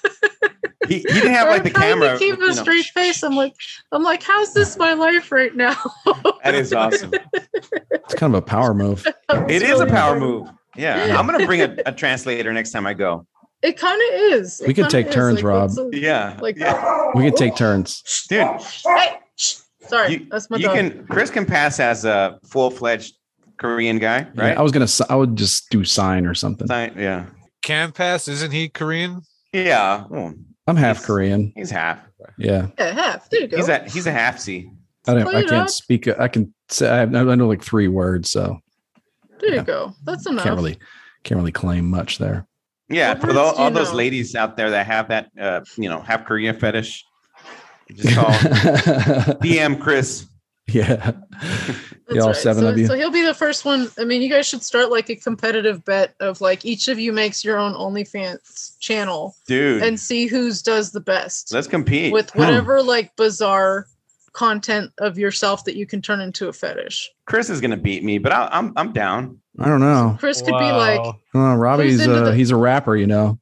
he, he didn't have like I'm the trying camera. to keep you a know. straight face. I'm like, I'm like, how's this my life right now? That is awesome. it's kind of a power move It It's is a really power hard. move. Yeah, I'm gonna bring a, a translator next time I go. It kind of is. It We could kinda take is. turns, Rob. that's a- Yeah, Like- yeah. we can take turns dude. Hey, shh, sorry, you, that's my you dog. can Chris can pass as a full fledged Korean guy, Yeah, right? i was gonna si- i would just do sign or something Sign- yeah, Can pass, isn't he Korean? yeah. Oh, i'm half Yes. korean he's half. yeah yeah, half. There you go. He's a he's a half C. i don't Split i it can't up. speak i can say I, know- I know like three words so there yeah. you go. That's enough. can't really can't really claim much there Yeah, What for words tho- all, do you those know? ladies out there that have that, uh, you know, have Korea fetish, just call DM Chris. yeah. That's Yeah, all seven so, of you. So he'll be the first one. I mean, you guys should start like a competitive bet of like each of you makes your own OnlyFans channel Dude, and see whose does the best let's compete. with whatever like bizarre content of yourself that you can turn into a fetish. Chris is gonna beat me, but I, I'm I'm down. I don't know. Chris could be like, Wow. I don't know. Robbie's into uh, the- he's a rapper, you know.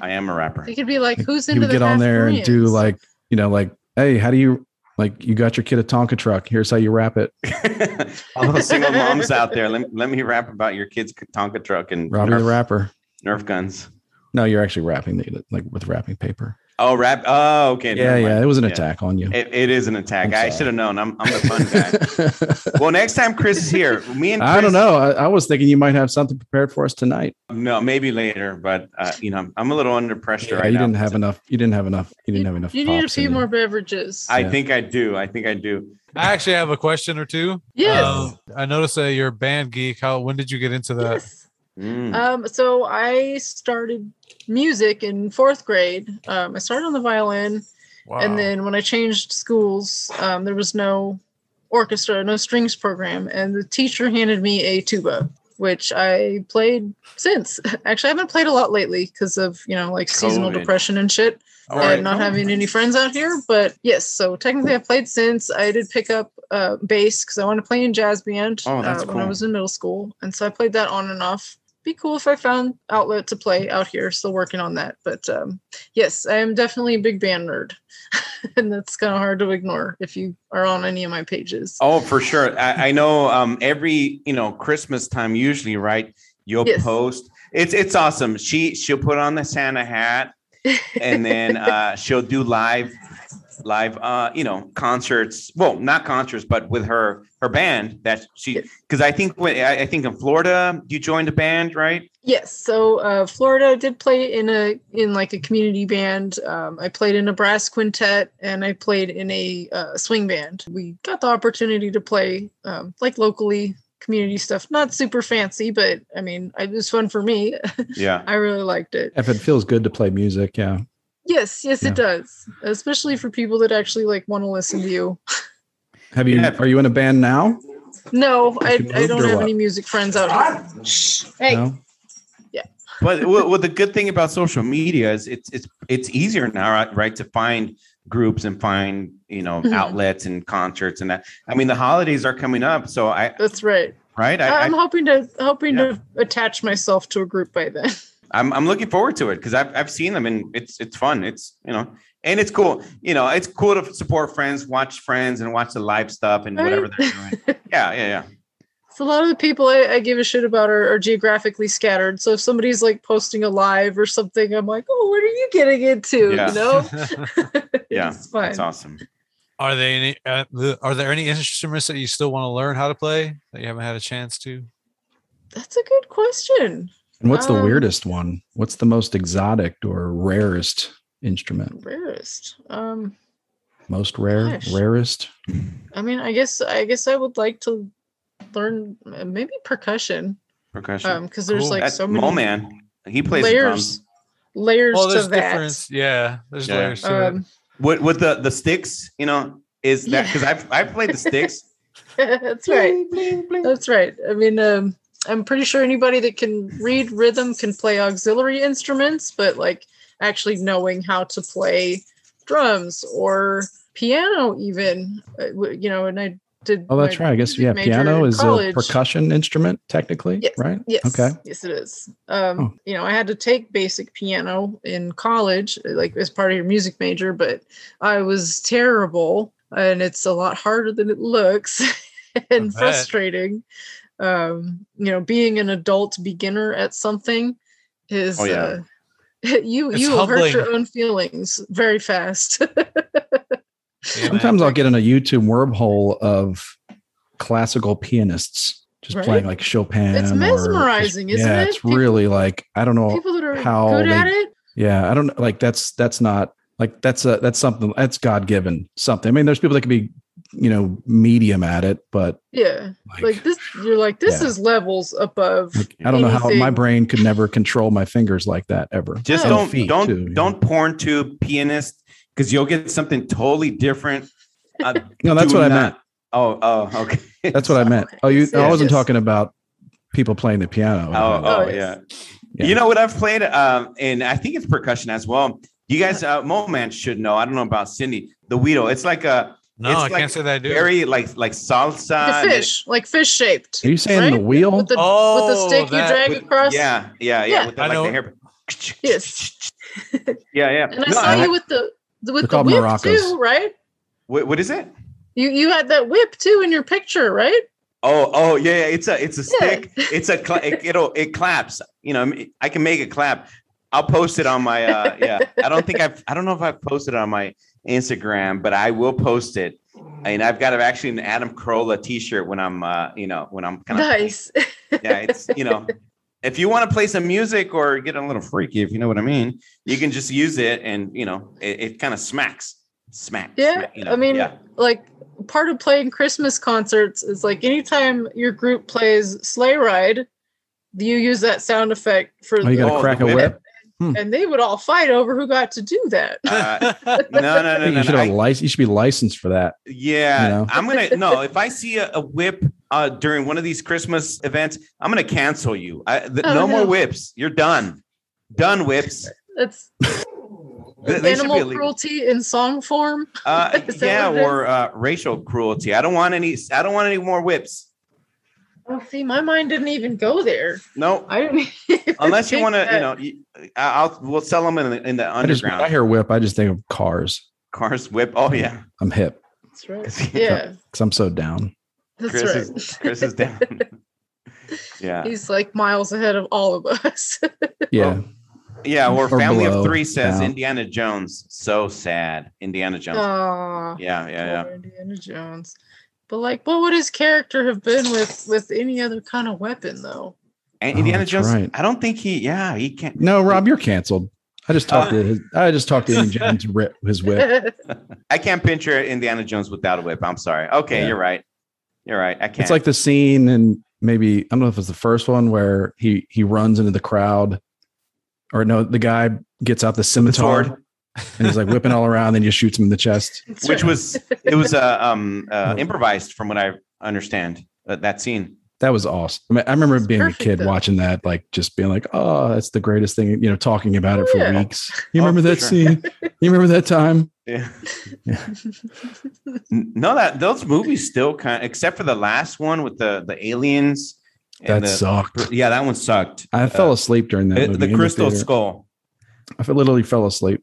I am a rapper. he could be like, who's he into would the get on half there and do Koreans? like, you know, like, hey, how do you like you got your kid a Tonka truck? Here's how you wrap it. all those single moms out there, let, let me rap about your kids' Tonka truck and Robbie the Nerf, rapper. Nerf guns. No, you're actually wrapping the, like with wrapping paper. Oh, rap. Oh, okay. yeah, never mind. yeah. It was an Yeah. attack on you. It, it is an attack. I'm I sorry. should have known. I'm, I'm the fun guy. well, next time Chris is here, me and Chris, I don't know. I, I was thinking you might have something prepared for us tonight. No, maybe later, but uh, you know, I'm a little under pressure Yeah, right you now. didn't have enough. You didn't have enough. You didn't have enough. You need a pops few in you. more beverages. I Yeah. think I do. I think I do. I actually have a question or two. yes. Um, I noticed that you're a band geek. How when did you get into that? yes. Mm. Um, so I started music in fourth grade. Um, I started on the violin. Wow. And then when I changed schools, um, there was no orchestra, no strings program, and the teacher handed me a tuba, which I played since. Actually, I haven't played a lot lately because of you know like seasonal COVID. depression and shit, All and right. not having any friends out here. But yes, so technically I played since. I did pick up uh, bass because I wanted to play in jazz band Oh, that's uh, when I cool. was in middle school, and so I played that on and off. Be cool if I found outlet to play out here. Still working on that, but um, yes, I am definitely a big band nerd and that's kind of hard to ignore if you are on any of my pages. Oh, for sure. I, I know. Um, every you know Christmas time, usually, right? You'll Yes. post. It's it's awesome. She she'll put on the Santa hat, Oh, and then uh, she'll do live live uh you know concerts well not concerts but with her her band that she because i think when I, I think in florida you joined a band right yes, so uh, Florida did play in a in like a community band. Um, I played in a brass quintet and I played in a uh, swing band. We got the opportunity to play um, like locally community stuff, not super fancy, but I mean, it was fun for me. yeah I really liked it. If it feels good to play music, yeah. Yes, yes, Yeah. it does, especially for people that actually like want to listen to you. Have you? Yeah. Are you in a band now? No, I, You I moved don't or have what? any music friends out here. Hey. No. but well, well, the good thing about social media is it's it's it's easier now, right, right, to find groups and find you know Mhm. outlets and concerts and that. I mean, the holidays are coming up, so I That's right. right, I, I, am I hoping to hoping to attach myself to a group by then. I'm I'm looking forward to it because I've I've seen them and it's it's fun. It's you know. And it's cool, you know. It's cool to support friends, watch friends, and watch the live stuff and Right? whatever they're doing. Yeah, yeah, yeah. So a lot of the people I, I give a shit about are, are geographically scattered. So if somebody's like posting a live or something, I'm like, oh, what are you getting into? Yeah. You know? Yeah, it's fun. That's awesome. are they any? Uh, the, are there any instruments that you still want to learn how to play that you haven't had a chance to? That's a good question. And what's the Um, weirdest one? What's the most exotic or rarest instrument? Rarest. Um, Most rare, Gosh. rarest. I mean, I guess I guess I would like to learn uh, maybe percussion Percussion. um because there's Cool. like That's so many Mo Man. He plays the layers drums. layers Well, to there's that. difference. Yeah, there's Yeah. layers to Um, With with the the sticks, you know, is that Yeah. because I've I've played the sticks. that's right. That's right. I mean, um, I'm pretty sure anybody that can read rhythm can play auxiliary instruments, but like actually knowing how to play drums or piano, even uh, w- you know. And I did. Oh, that's my right. I guess music yeah. major Piano in is a college. percussion instrument, technically, Yes. right? Yes. Okay. Yes, it is. Um, Oh. You know, I had to take basic piano in college, uh, like as part of your music major, but I was terrible, and it's a lot harder than it looks, and bet. frustrating. Um, you know, being an adult beginner at something is. Oh, yeah. Uh, you It's you will hurt humbling. your own feelings very fast. it. Yeah, man. Sometimes I'll get in a YouTube wormhole of classical pianists just Right? playing like Chopin. It's or- mesmerizing, isn't yeah, it? It's People- really like I don't know People that are how good they- at it, Yeah, I don't like that's that's not Like that's a that's something that's God given something. I mean, there's people that can be, you know, medium at it, but Yeah. like, Like this, you're like, this Yeah. is levels above. like, I don't know how my anything- Oh. brain could never control my fingers like that ever. Just Yeah. don't Feet, don't too, yeah. don't porn to pianist because you'll get something totally different. Uh, No, that's do what I not- meant. Oh, oh, okay. That's what I meant. Oh, you I Yeah. wasn't Yes. talking about people playing the piano. Oh, oh, Oh, yes. yeah. Yeah. You know what I've played, um, and I think it's percussion as well. You guys, uh, Moman should know. I don't know about Cindy. The Weedle. It's like a No, It's I like can't say that I do. very like like salsa. Like a fish, like fish shaped. Are you saying right? the wheel? With the, oh, with the stick you that- drag with- across. Yeah, yeah, yeah. Yeah. With the, I like know. the hair. Yes. Yeah, yeah. And I No, saw I- you with the, the They're with the called whip maracas. too, right? what, what is it? You you had that whip too in your picture, right? Oh, oh, yeah, yeah. It's a it's a Yeah. stick. It's a cla it, it'll it claps. You know, I can make it clap. I'll post it on my uh yeah. I don't think I've I don't know if I've posted it on my Instagram, but I will post it. And I've got actually an Adam Carolla T-shirt when I'm uh you know when I'm kind of Nice. yeah it's you know if you want to play some music or get a little freaky if you know what I mean you can just use it and you know it, it kind of smacks smack Yeah, smack, you know, I mean, yeah like part of playing Christmas concerts is like anytime your group plays Sleigh Ride, you use that sound effect for Oh, you got to Oh, crack the a whip. whip. Oh. and they would all fight over who got to do that. uh, no no I no think no, you no. should have I- license. You should be licensed for that. Yeah, You know? I'm gonna no. If I see a, a whip uh, during one of these Christmas events, I'm gonna cancel you. I, th- Oh, no, no. more whips. You're done. Done whips. That's Th- they should be animal illegal. cruelty in song form. Uh, Is that yeah, what it is? or uh, racial cruelty. I don't want any. I don't want any more whips. Oh, see, my mind didn't even go there. No, I didn't. even unless you think want to. You that- know, you, I- I'll we'll sell them in the, in the I just when underground. I hear whip, I just think of cars. Cars whip. Oh yeah, I'm hip That's right. Yeah, because I'm so down. that's Chris right. is Chris is down. yeah, He's like miles ahead of all of us. Oh. Yeah, yeah. Or, Or family below, of three says down. Indiana Jones. So sad. Indiana Jones. Oh. Aw. yeah, yeah, yeah. Poor Indiana Jones. But like, what would his character have been with with any other kind of weapon though? And Oh, Indiana that's Jones, right. I don't think he, yeah, he can't. no, Rob, you're canceled. I just talked Uh, to his, I just talked to Indiana Jones rip his whip. I can't picture Indiana Jones without a whip. I'm sorry. Okay, Yeah. you're right. You're right. I can't. It's like the scene and maybe I don't know if it's the first one where he he runs into the crowd, or no, the guy gets out the scimitar sword. and he's like whipping all around, and just shoots him in the chest. That's which right. was, it was uh, um, uh, Oh. improvised from what I understand uh, that scene. That was awesome. I, mean, I remember It's being perfect, a kid though. watching that, like just being like, "Oh, that's the greatest thing," you know, talking about it for Oh, Yeah. weeks. You Oh, remember for that sure. scene? You remember that time? Yeah. N- No, that those movies still kind of, except for the last one with the the aliens. That and the, sucked. Yeah, that one sucked. I fell asleep during that. It- movie the in crystal theater. skull. I fe- literally fell asleep.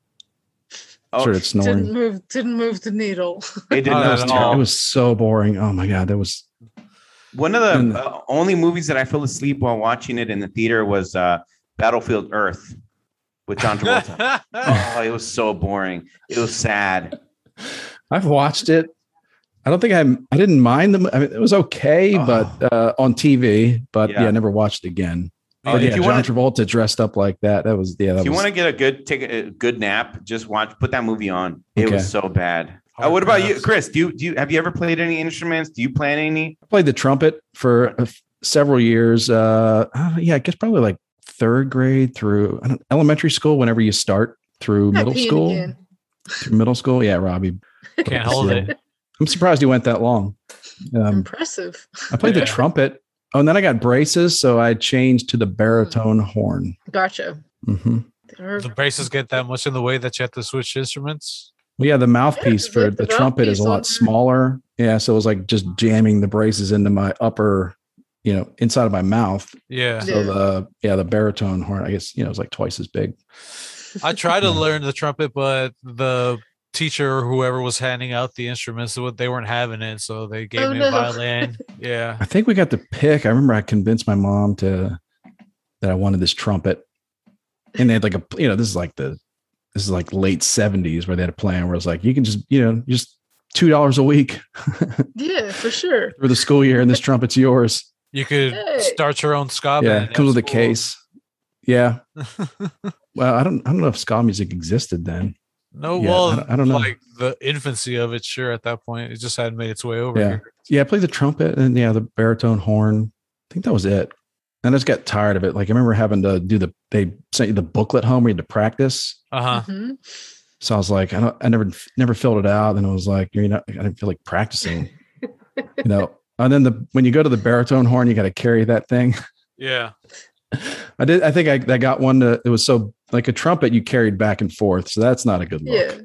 Oh, Started didn't snoring. move didn't move the needle. it did Oh, not that at was all. It was so boring. Oh my god, that was One of the And- uh, only movies that I fell asleep while watching it in the theater was uh, Battlefield Earth with John Travolta. oh, it was so boring. It was sad. Oh, I've watched it. I don't think I'm. I didn't mind them. I mean, it was okay, Oh. but uh, on TV. But Yeah. yeah, I never watched it again. Oh, But if yeah, you John wanna- Travolta dressed up like that. That was yeah. That if you was, want to get a good take a good nap, just watch put that movie on. It Okay. was so bad. Uh, Hard what about you, pass. Chris? Do you do you have you ever played any instruments? Do you play any? I played the trumpet for a f- several years. Uh, I don't know, yeah, I guess probably like third grade through I don't, elementary school. Whenever you start through middle Peeing school, again. through middle school, yeah, Robbie. Can't hold it. I'm surprised you went that long. Um, Impressive. I played Yeah. the trumpet. Oh, and then I got braces, so I changed to the baritone Hmm. horn. Gotcha. hmm There- the braces get that much in the way that you have to switch instruments. Well, yeah, the mouthpiece Yeah, for like the, the trumpet is a mouthpiece on lot there. smaller. Yeah, so it was like just jamming the braces into my upper, you know, inside of my mouth. Yeah. So Yeah. the yeah, the baritone horn, I guess, you know, it's like twice as big. I tried to learn the trumpet, but the teacher or whoever was handing out the instruments, they weren't having it. So they gave Oh, me no. a violin. Yeah. I think we got to pick. I remember I convinced my mom to that I wanted this trumpet, and they had like a you know this is like the this is like late seventies where they had a plan where it's like you can just you know just two dollars a week yeah, for sure. for the school year, and this trumpet's yours. You could Hey. start your own ska yeah, band. it comes with a at school. case. Yeah. well, I don't I don't know if ska music existed then. No, Yeah, Oh, well, I don't- I don't know. Like the infancy of it, sure. At that point, it just hadn't made its way over Yeah. here. Yeah, I played the trumpet and yeah, the baritone horn. I think that was it. And I just got tired of it. Like I remember having to do the they sent you the booklet home where you had to practice. Uh huh. Mhm. So I was like, I don't I never never filled it out. And it was like, you know, I didn't feel like practicing. you know. And then the when you go to the baritone horn, you got to carry that thing. Yeah. I did I think I, I got one that it was so like a trumpet you carried back and forth. So that's not a good look. Yeah,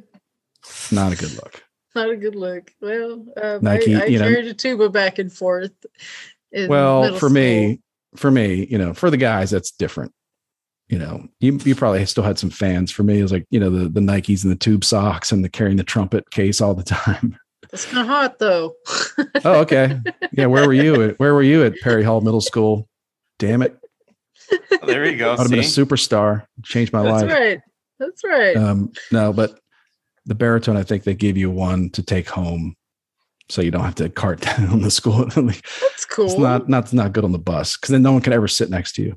Not a good look. not a good look. Well, um, Nike, I, I you know- carried a tuba back and forth. in well middle for me for me you know for the guys that's different you know you, you probably still had some fans for me it was like you know the, the nikes and the tube socks and the carrying the trumpet case all the time school. That's kind of hot though. oh okay yeah where were you at, where were you at perry hall middle school damn it Oh, there you go. i'd have been a See? superstar changed my That's life right. That's right. um no but the baritone i think they give you one to take home so you don't have to cart down the school That's cool. it's not not not good on the bus because then no one can ever sit next to you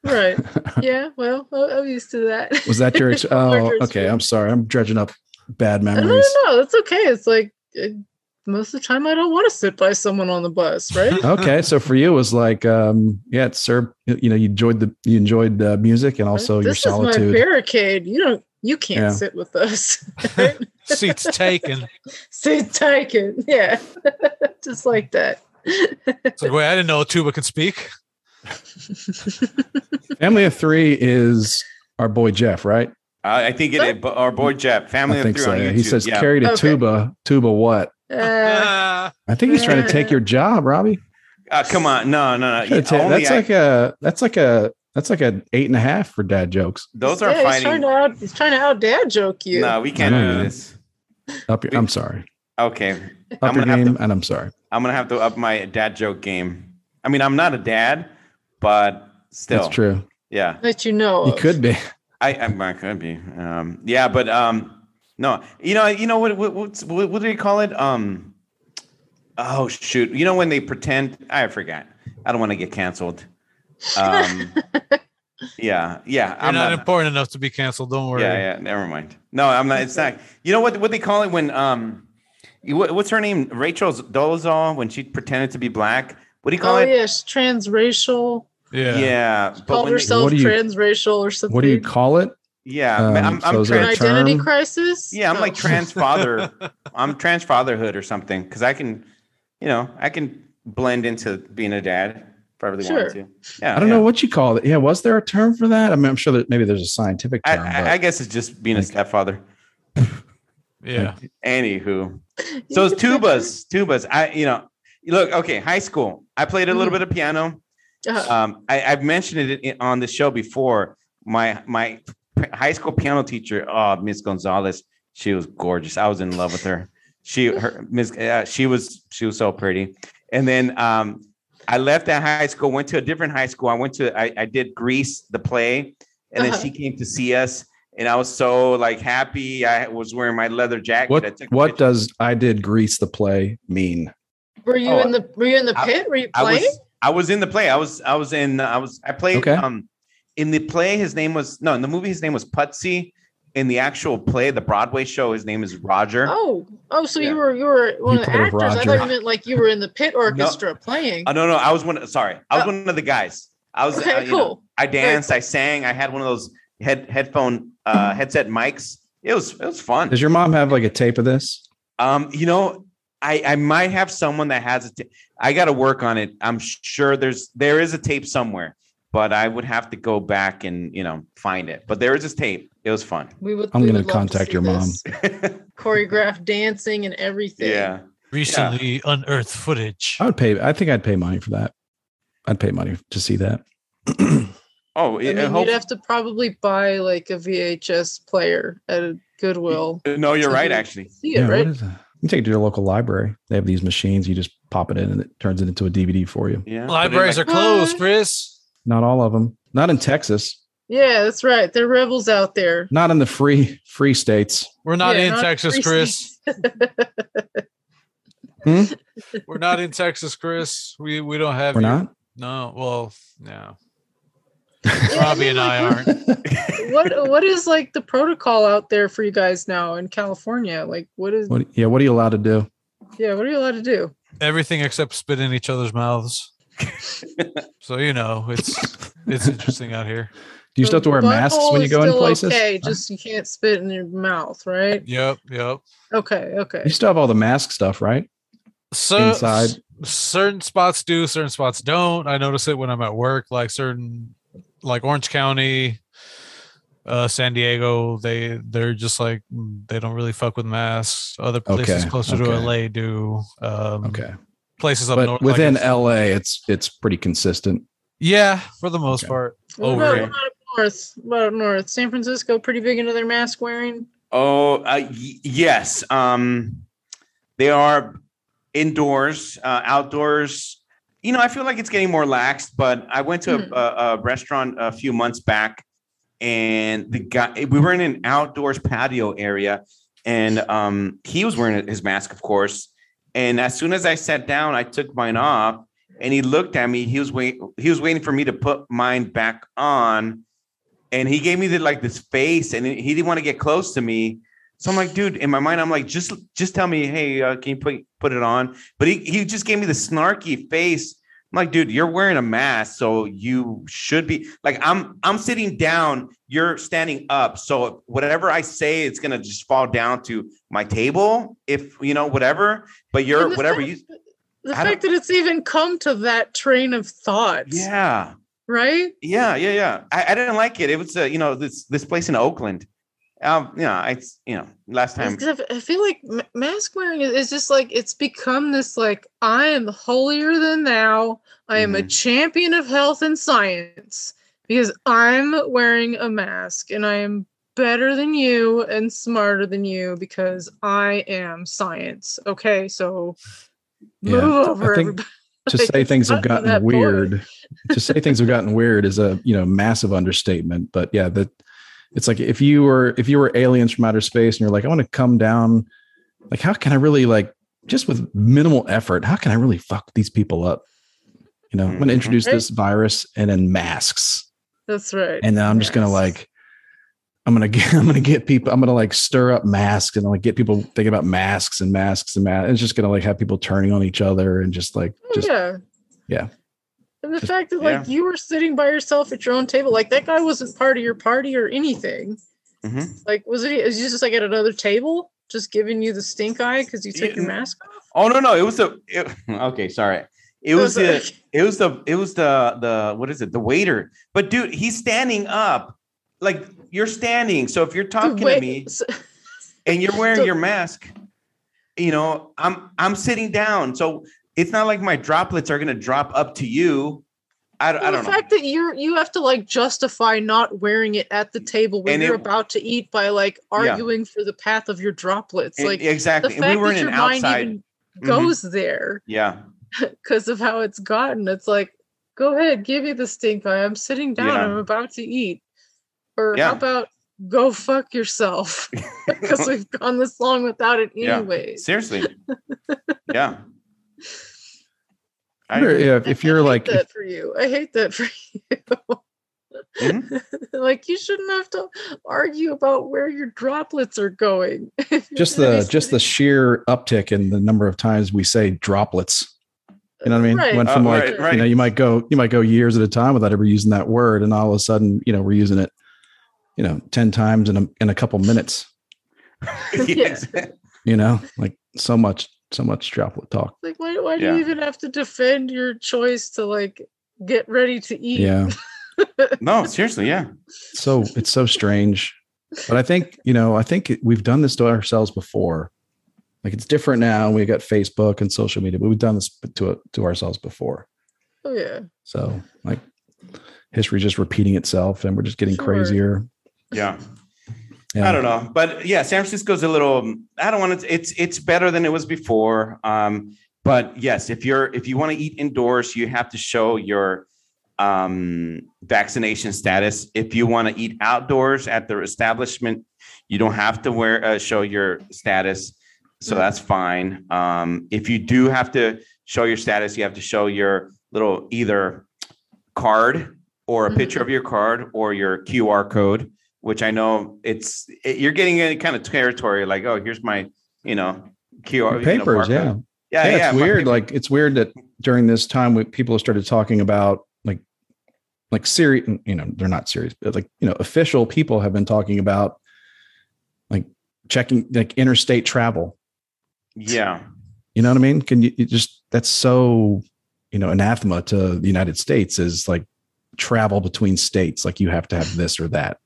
right. Yeah. Well, I- I'm used to that. Was that your? Ex- oh, Murderous okay. I'm sorry. I'm dredging up bad I don't memories. know. That's okay. It's like uh most of the time I don't want to sit by someone on the bus, right? Okay, so for you it was like, um, yeah, it's sir, you know, you enjoyed the you enjoyed the music and also this your is my solitude. barricade. You don't. You can't Yeah. sit with us. Seats taken. Sit taken. Yeah. Just like that. It's like, wait, I didn't know a tuba could speak. Family of three is our boy Jeff, right? Uh, I I think it, it our boy Jeff, family I of think three so. on yeah. YouTube. He says yeah. carried a Okay. tuba, tuba what? Uh, I think he's trying to take your job, Robbie. Uh, come on, no, no, no. Trying to Yeah, ta- only that's I- like a that's like a that's like an eight and a half for dad jokes. those are yeah, He's fighting. trying, to out, he's trying to out dad joke you. No, we can't I do know. this. Up, your- I'm sorry. Okay, Up your gonna have game, and I'm sorry. I'm gonna have to up my dad joke game. I mean, I'm not a dad, but still, That's true. Yeah, That you know. You of. could be. I, I, I could be. Um, yeah, but um, no, you know, you know what, what, what's- what, what do they call it? Um, oh shoot, you know when they pretend? I forgot. I don't want to get canceled. Um, yeah, yeah, You're not, important enough to be canceled. Don't worry. Yeah, yeah. Never mind. No, I'm not. It's not. You know what? What they call it when um, you- what, what's her name? Rachel Dolezal when she pretended to be black. What do you call Oh it? yes, transracial. Yeah. Yeah. but Called when they- herself What do you- transracial or something. What do you call it? yeah, Um, man, I'm, so I'm is there a An trans. identity term? crisis? Yeah, I'm Oh. like trans father. I'm trans fatherhood or something because I can, you know, I can blend into being a dad if I really wanted Sure. to. Yeah, I don't yeah. know what you call it. Yeah, was there a term for that? I mean, I'm sure that maybe there's a scientific I, term. I, I guess it's just being a stepfather. Yeah. Anywho, You so it's get that? tubas, tubas. I, you know, look, okay, high school. I played a little Mhm. bit of piano. Uh, Um, I, I've mentioned it in, on the show before. My my p- high school piano teacher, oh, Miss Gonzalez, she was gorgeous. I was in love with her. She her Miss uh, she was she was so pretty. And then um, I left that high school, went to a different high school. I went to I, I did Grease the play, and then Uh-huh. she came to see us, and I was so like happy. I was wearing my leather jacket. I What took a what picture. does I did grease the play mean? were you oh, in the Were you in the I- pit? Were you I playing? was I was in the play. I was I was in uh, I was I played Okay. um in the play his name was no in the movie his name was Putsy. In the actual play, the Broadway show, his name is Roger. Oh, Oh, oh, so Yeah. you were you were one of the played actors. I Roger. thought you meant like you were in the pit orchestra playing. Uh, no, no, I was one sorry. I was Oh. one of the guys. I was uh, okay, you know, cool. I danced, I sang, I had one of those head headphone uh headset mics. It was it was fun. Does your mom have like a tape of this? Um, you know, I I might have someone that has it. I got to work on it. I'm sure there's there is a tape somewhere, but I would have to go back and you know find it. But there is this tape. It was fun. We would. I'm we gonna would love to contact see your mom. this. Choreographed dancing and everything. yeah. Recently unearthed footage. I would pay. I think I'd pay money for that. I'd pay money to see that. Oh, I it, mean, I hope, you'd have to probably buy like a VHS player at a Goodwill. no, Oh, you're to right. Actually, See it, what right? is that? You can take it to your local library. They have these machines. You just pop it in, and it turns it into a DVD for you. yeah. Libraries are closed, Chris. Not all of them. Not in Texas. Yeah, that's right. There are rebels out there. Not in the free free states. We're not Yeah, in not Texas, free Chris. Hmm? We're not in Texas, Chris. We we don't have We're you. not. No, well, no. Yeah, Robbie and I like, aren't. we're- what what is like the protocol out there for you guys now in California? Like what is What, yeah, what are you allowed to do? yeah, what are you allowed to do? Everything except spit in each other's mouths. so you know it's it's interesting out here. Do you still have to wear masks when you go in places? Okay, just you can't spit in your mouth, right? Yep, yep. Okay, okay. you still have all the mask stuff, right? So Inside. s- certain spots do, certain spots don't. I notice it when I'm at work, like certain like Orange County, uh San Diego, they they're just like mm, they don't really fuck with masks. Other places Okay, closer okay. to LA do. Um Okay, places up but north like within it's- LA, it's it's pretty consistent. Yeah, for the most Okay. part. What over about, it. what about up north? What about up north? San Francisco pretty big into their mask wearing. Oh, uh, y- yes. Um, they are indoors, uh, outdoors. You know, I feel like it's getting more lax, but I went to Mhm. a, a, a restaurant a few months back and the guy, eh, we were in an outdoors patio area and um, he was wearing his mask, of course. And as soon as I sat down, I took mine off and he looked at me. He was wait, he was waiting for me to put mine back on. And he gave me the, like this face and he didn't want to get close to me. So I'm like, dude, in my mind, I'm like, just just tell me, hey, uh, can you put put it on? But he, he just gave me the snarky face. I'm like, dude, you're wearing a mask, so you should be like, I'm I'm sitting down, you're standing up, so whatever I say, it's gonna just fall down to my table, if you know whatever. But you're And the whatever you, fact- The I don't- fact that it's even come to that train of thought, yeah, right? yeah, yeah, yeah. I, I didn't like it. It was uh, you know this this place in Oakland. Um, yeah, it's you know last time. Because I I feel like ma- mask wearing is, is just like it's become this like I am holier than thou. I am a Mm-hmm. champion of health and science because I'm wearing a mask and I am better than you and smarter than you because I am science. Okay, so Yeah, move over, I think everybody. to Like, say it's things have gotten gotten to that point. weird to say things have gotten weird is a you know massive understatement but yeah that it's like if you were if you were aliens from outer space and you're like i want to come down like how can i really like just with minimal effort how can i really fuck these people up you know i'm going to Mm-hmm. Mhm. introduce Right. this virus and then masks That's right. and then i'm just going to Yes. like i'm going to get i'm going to get people i'm going to like stir up masks and like get people thinking about masks and masks and masks it's just going to like have people turning on each other and just like Oh, just yeah. yeah. And the Just- fact that like you were sitting by yourself at your own table, like that guy wasn't part of your party or anything. Mhm. Like, was it? Is he just like at another table, just giving you the stink eye because you took your Yeah. mask off? Oh no, no, it was the it, okay. Sorry, it was So the it's like- it was the it was the the what is it? The waiter. But dude, he's standing up. Like you're standing. So if you're talking wait- to me so- and you're wearing so- your mask, you know, I'm I'm sitting down. So it's not like my droplets are gonna drop up to you. I, don't- I well, don't the know. fact that you're you have to like justify not wearing it at the table when And you're it- about to eat by like Yeah. arguing for the path of your droplets. And- like the E, exactly. fact And we were in that an your mind outside. even Mhm. goes there Yeah. because of how it's gotten. It's like, go ahead, give me the stink eye. I'm sitting down. Yeah. I'm about to eat. Or Yeah. how about go fuck yourself? Because we've gone this long without it Yeah. anyways. Seriously. yeah. I Or, agree. yeah, if, if I you're hate like, if- that for you. I hate that for you. Mm-hmm. Mhm. like you shouldn't have to argue about where your droplets are going. If you're just gonna be the just the sitting- sheer uptick in the number of times we say droplets. You know what I mean? Right. Went Uh, from like, right, right. you know, you might go you might go years at a time without ever using that word, and all of a sudden, you know, we're using it, you know, ten times in a in a couple minutes. Yes. You know, like so much so much droplet talk. like why, why do Yeah. you even have to defend your choice to like get ready to eat? Yeah, No, seriously, yeah. so it's so strange, but I think you know, I think we've done this to ourselves before. Like it's different now. We got Facebook and social media, but we've done this to to ourselves before. Oh yeah. So like history just repeating itself and we're just getting Sure. crazier. Yeah. Yeah. I don't know, but yeah, San Francisco's a little. um, I don't want to. It's it's better than it was before. Um, but yes, if you're if you want to eat indoors, you have to show your um, vaccination status. If you want to eat outdoors at the establishment, you don't have to wear uh, show your status, so that's fine. Um, if you do have to show your status, you have to show your Mm-hmm. little either card or a picture of your card or your QR code which I know it's it, you're getting any kind of territory like oh here's my you know QR papers, yeah. yeah yeah, yeah it's my weird. paper. Like it's weird that during this time, we, people have started talking about like, like serious. You know, they're not serious, but like you know, official people have been talking about like checking like interstate travel. yeah You know what I mean? Can you, you just that's so you know anathema to the United States is like travel between states. Like you have to have this or that.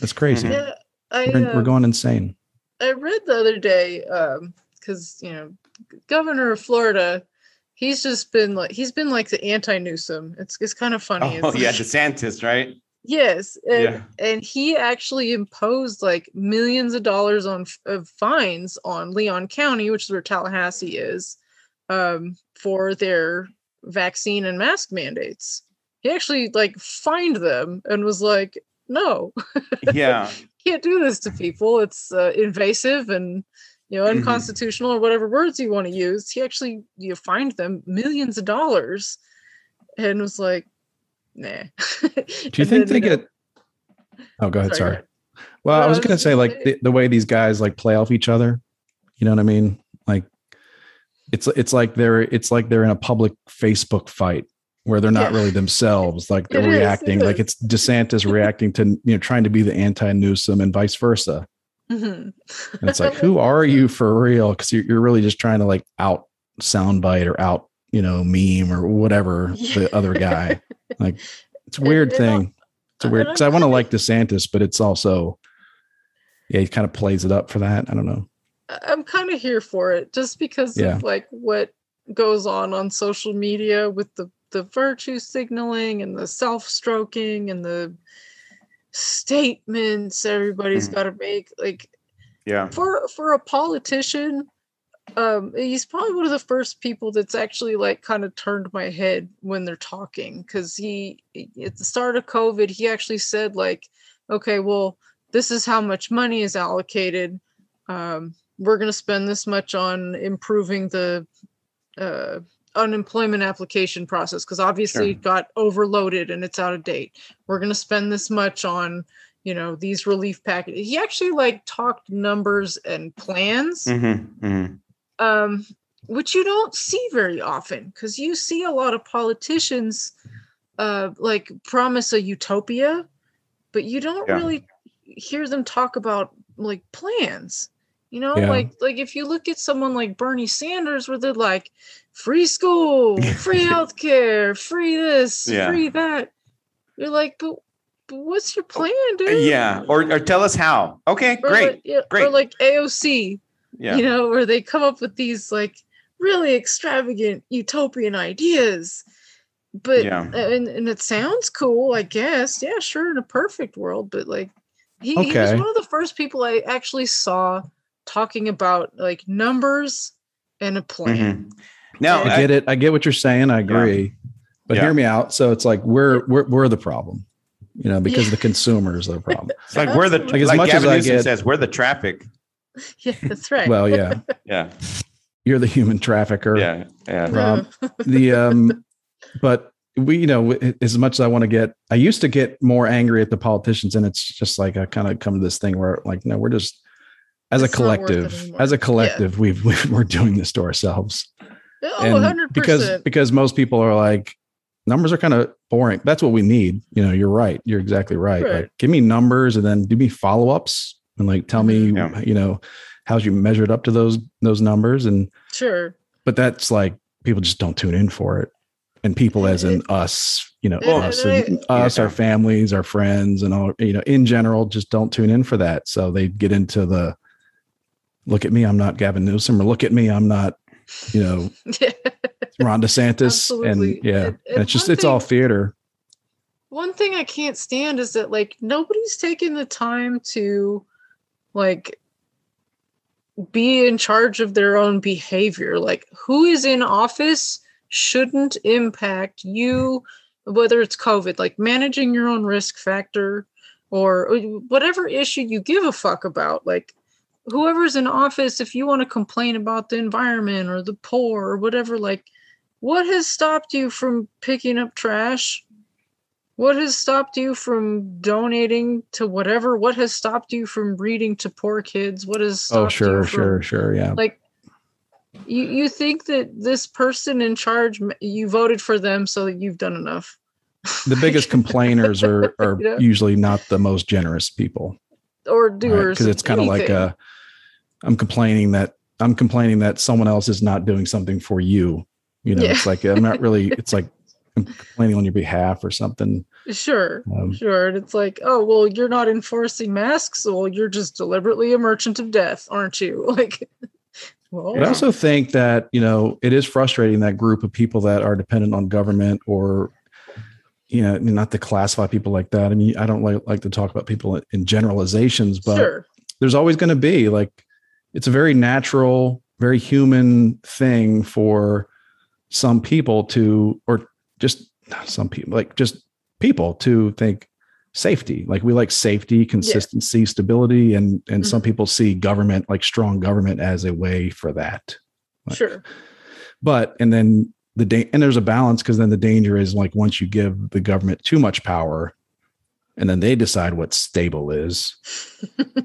That's crazy. Yeah, I, Mm. We're, uh, we're going insane. I read the other day because you know, governor of Florida, he's just been like he's been like the anti Newsom. It's it's kind of funny. oh It's yeah like- DeSantis right yes, and, Yeah. and he actually imposed like millions of dollars on f- of fines on Leon County, which is where Tallahassee is, um, for their vaccine and mask mandates. He actually like fined them and was like, "No, yeah can't do this to people. It's uh, invasive and you know Mm-hmm. Mhm. unconstitutional or whatever words you want to use. He actually you know, fined them millions of dollars, and was like, nah. Do Do you think they get? Oh, go ahead. Sorry. Sorry, go ahead. Well, No, I was I was gonna just say gonna like say- the, the way these guys like play off each other. You know what I mean? Like it's it's like they're it's like they're in a public Facebook fight where they're not Yeah. really themselves. Like they're It is, it reacting. Like is. it's DeSantis reacting to you know trying to be the anti Newsom and vice versa. Mhm. And it's like who are you for real? Because you're, you're really just trying to like out soundbite or out you know meme or whatever Yeah. the other guy. Like it's a And- weird and I'll- thing. It's a weird and because I want to I'm- like DeSantis, but it's also yeah, he kind of plays it up for that. I don't know. I- I'm kind of here for it just because Yeah. of like what goes on on social media with the the virtue signaling and the self-stroking and the statements everybody's Mm-hmm. Mhm. got to make like yeah for for a politician um he's probably one of the first people that's actually like kind of turned my head when they're talking because he at the start of covid he actually said like okay well this is how much money is allocated um we're going to spend this much on improving the uh unemployment application process because obviously Sure. it got overloaded and it's out of date we're going to spend this much on you know these relief packages he actually like talked numbers and plans Mhm, mhm. um, which you don't see very often because you see a lot of politicians uh, like promise a utopia, but you don't Yeah. really hear them talk about like plans. You know, Yeah. like like if you look at someone like Bernie Sanders, where they're like, free school, free healthcare, free this, Yeah. free that. You're like, but, but what's your plan, Uh, dude? yeah or or tell us how okay Or great like, yeah, Or great. like AOC, yeah you know, where they come up with these like really extravagant utopian ideas. But Yeah. and, and it sounds cool, I guess. Yeah, sure, in a perfect world, but like he, he was Okay. one of the first people I actually saw talking about like numbers and a Mm-hmm. plan. Mhm. no I I get it. I get what you're saying. I agree. But Yeah. hear me out. So it's like we're we're we're the problem, you know, because the consumer is the problem. It's like we're the Like, like, as much as Gavin I Newsom get- says we're the traffic. Yeah, that's right. Well, yeah, Yeah, you're the human trafficker. yeah, Uh, yeah. Rob, The um, but we, you know, as much as I want to get, I used to get more angry at the politicians, and it's just like I kind of come to this thing where like, no, we're just as a It's not worth it collective, anymore. as a Yeah. collective, we've, we've we're doing this to ourselves. oh, and 100%. because because most people are like numbers are kind of boring that's what we need you know you're right you're exactly right, Right. like give me numbers and then do me follow-ups and like tell me Mm-hmm. Yeah. you know how's you measured up to those those numbers and sure. but that's like people just don't tune in for it and people as in us you know Well, us, and us Yeah. our families our friends and all you know in general just don't tune in for that so they get into the look at me i'm not gavin newsom or look at me i'm not you know Yeah. Ron DeSantis, Absolutely. and yeah, And- and and it's just one it's all thing- theater. one thing I can't stand is that like nobody's taking the time to like be in charge of their own behavior. Like who is in office shouldn't impact you, whether it's COVID, like managing your own risk factor or or whatever issue you give a fuck about. Like whoever's in office, if you want to complain about the environment or the poor or whatever, like what has stopped you from picking up trash What has stopped you from donating to whatever? What has stopped you from reading to poor kids? What has Oh, stopped sure, you from- sure, sure. Yeah. like you you think that this person in charge m- you voted for them so that you've done enough The biggest complainers are are Yeah. usually not the most generous people. or doers because it's kind of like uh, anything. a i'm complaining that i'm complaining that someone else is not doing something for you you know Yeah. it's like i'm not really it's like i'm complaining on your behalf or something sure um, sure and it's like oh well you're not enforcing masks well you're just deliberately a merchant of death aren't you like well but i also think that you know it is frustrating that group of people that are dependent on government or you know I mean, not to classify people like that i mean i don't like, like to talk about people in generalizations but sure there's always going to be like it's a very natural very human thing for some people to or just not some people like just people to think safety like we like safety consistency stability and and some people see government like strong government as a way for that like- sure but and then the da- and there's a balance because then the danger is like once you give the government too much power and then they decide what stable is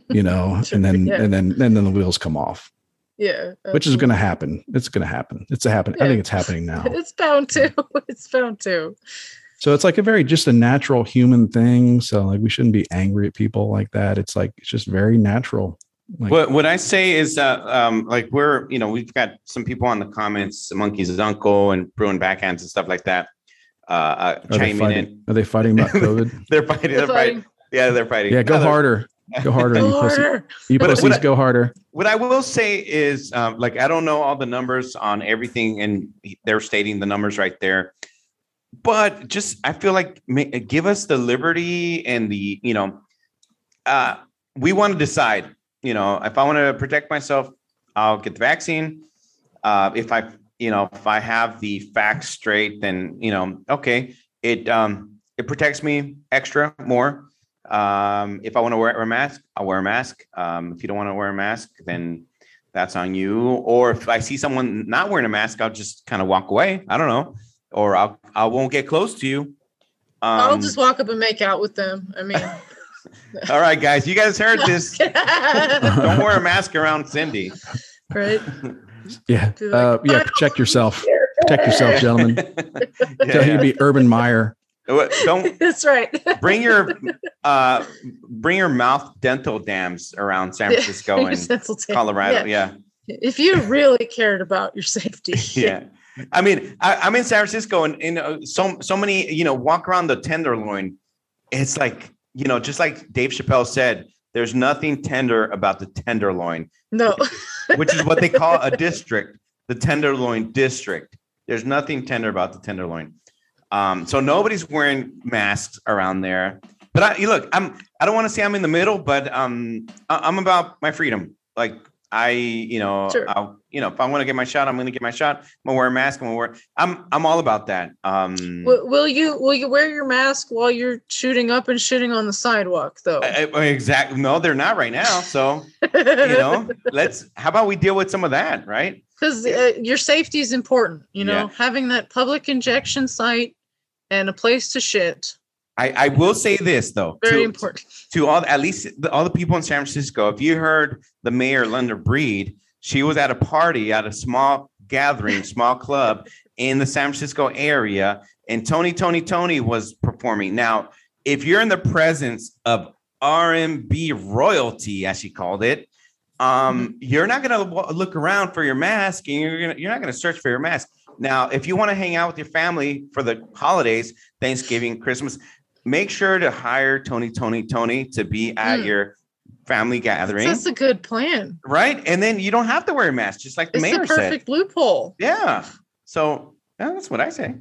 you know Sure, and then yeah. and then and then the wheels come off yeah uh, which is going to absolutely. happen it's going to happen it's a happen i Yeah. think it's happening now it's bound to it's bound to so it's like a very just a natural human thing so like we shouldn't be angry at people like that it's like it's just very natural like what what I say is uh, um, like we're you know we've got some people on the comments, monkeys uncle and brewing backhands and stuff like that, uh, uh are they chiming Oh, fighting in. are they fighting about covid They're fighting. They're If fighting. I- Yeah, they're fighting. yeah go No, they're- harder go harder you pussy Um, Order. you But- pussies but- go harder What I will say is, um, like, I don't know all the numbers on everything, and they're stating the numbers right there. But just, I feel like ma- give us the liberty and the, you know, uh, we want to decide. You know, if I want to protect myself, I'll get the vaccine. Uh, if I, you know, if I have the facts straight, then you know, okay, it um, it protects me extra more. Um, if I want to wear a mask, I'll wear a mask. Um, if you don't want to wear a mask, then that's on you. Or if I see someone not wearing a mask, I'll just kind of walk away. I don't know, or I'll I won't get close to you. Um, i'll just walk up and make out with them i mean all right, guys, you guys heard this. don't wear a mask around Cindy. right yeah Do uh, like- yeah protect yourself protect yourself gentlemen Yeah, Tell you yeah. to be Urban Meyer. What- Don't That's right. bring your uh, bring your mouth dental dams around San Yeah. Francisco Your and dental dam. Colorado. Yeah. Yeah, If you really cared about your safety. yeah. I mean, I, I'm in San Francisco, and, and uh, so so many you know walk around the tenderloin. It's like you know, just like Dave Chappelle said, there's nothing tender about the tenderloin, No. which is what they call a district, the tenderloin district. There's nothing tender about the tenderloin. Um, so nobody's wearing masks around there. But I you look, I'm I don't want to say I'm in the middle, but um I, am about my freedom. Like I, you know, Sure. I'll, you know, if I want to get my shot, I'm gonna get my shot. I'm gonna wear a mask, I'm gonna wear I'm I'm all about that. Um Will, will you will you wear your mask while you're shooting up and shooting on the sidewalk though? exactly no, they're not right now. So you know, let's how about we deal with some of that, right? Because uh, your safety is important. You know, Yeah. having that public injection site and a place to shit I, I will say this though, very to, important. to all at least the, all the people in San Francisco. If you heard the mayor Linda Breed, she was at a party at a small gathering, small club in the San Francisco area, and Tony Tony Tony was performing. Now, if you're in the presence of R and B royalty, as she called it, um, you're not gonna w- look around for your mask, and you're gonna you're not gonna search for your mask. Now, if you want to hang out with your family for the holidays, Thanksgiving, Christmas, make sure to hire Tony, Tony, Tony to be at Mm. your family gathering, That's a good plan. right? And then you don't have to wear a mask, just like the It's the mayor said. perfect loophole. Yeah. So yeah, that's what I say.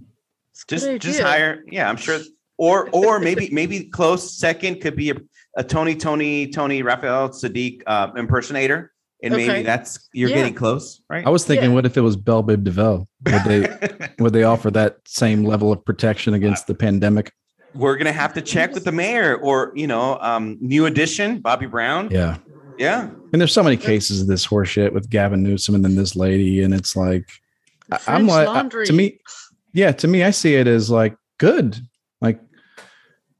It's a good Just just idea. hire. Yeah, I'm sure. Or or maybe maybe close second could be a, a Tony, Tony, Tony, Raphael Sadiq uh, impersonator, and Okay. maybe that's you're Yeah. getting close, right? I was thinking, Yeah. what if it was Belle Bib DeVoe? Would they would they offer that same level of protection against the pandemic? We're gonna have to check with the mayor, or you know, um, new addition, Bobby Brown. Yeah. yeah. And there's so many cases of this horseshit with Gavin Newsom and then this lady, and it's like The I- I'm French like I- laundry. to me, yeah, to me, I see it as like good. Like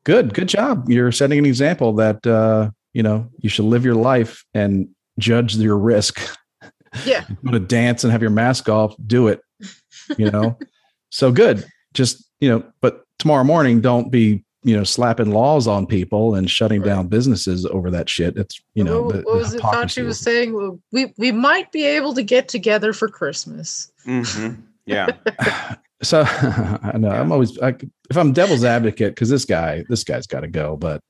Good, good job. You're setting an example that uh, you know you should live your life and judge your risk. Yeah. Go to dance and have your mask off. Do it. You know, so good. Just you know, but tomorrow morning, don't be you know slapping laws on people and shutting Right. down businesses over that shit. It's you know what, the- what the was it hypocrisy Fauci was is- saying? Well, We we might be able to get together for Christmas. Mhm. Yeah. So I know I'm always I, if I'm devil's advocate because this guy this guy's got to go, but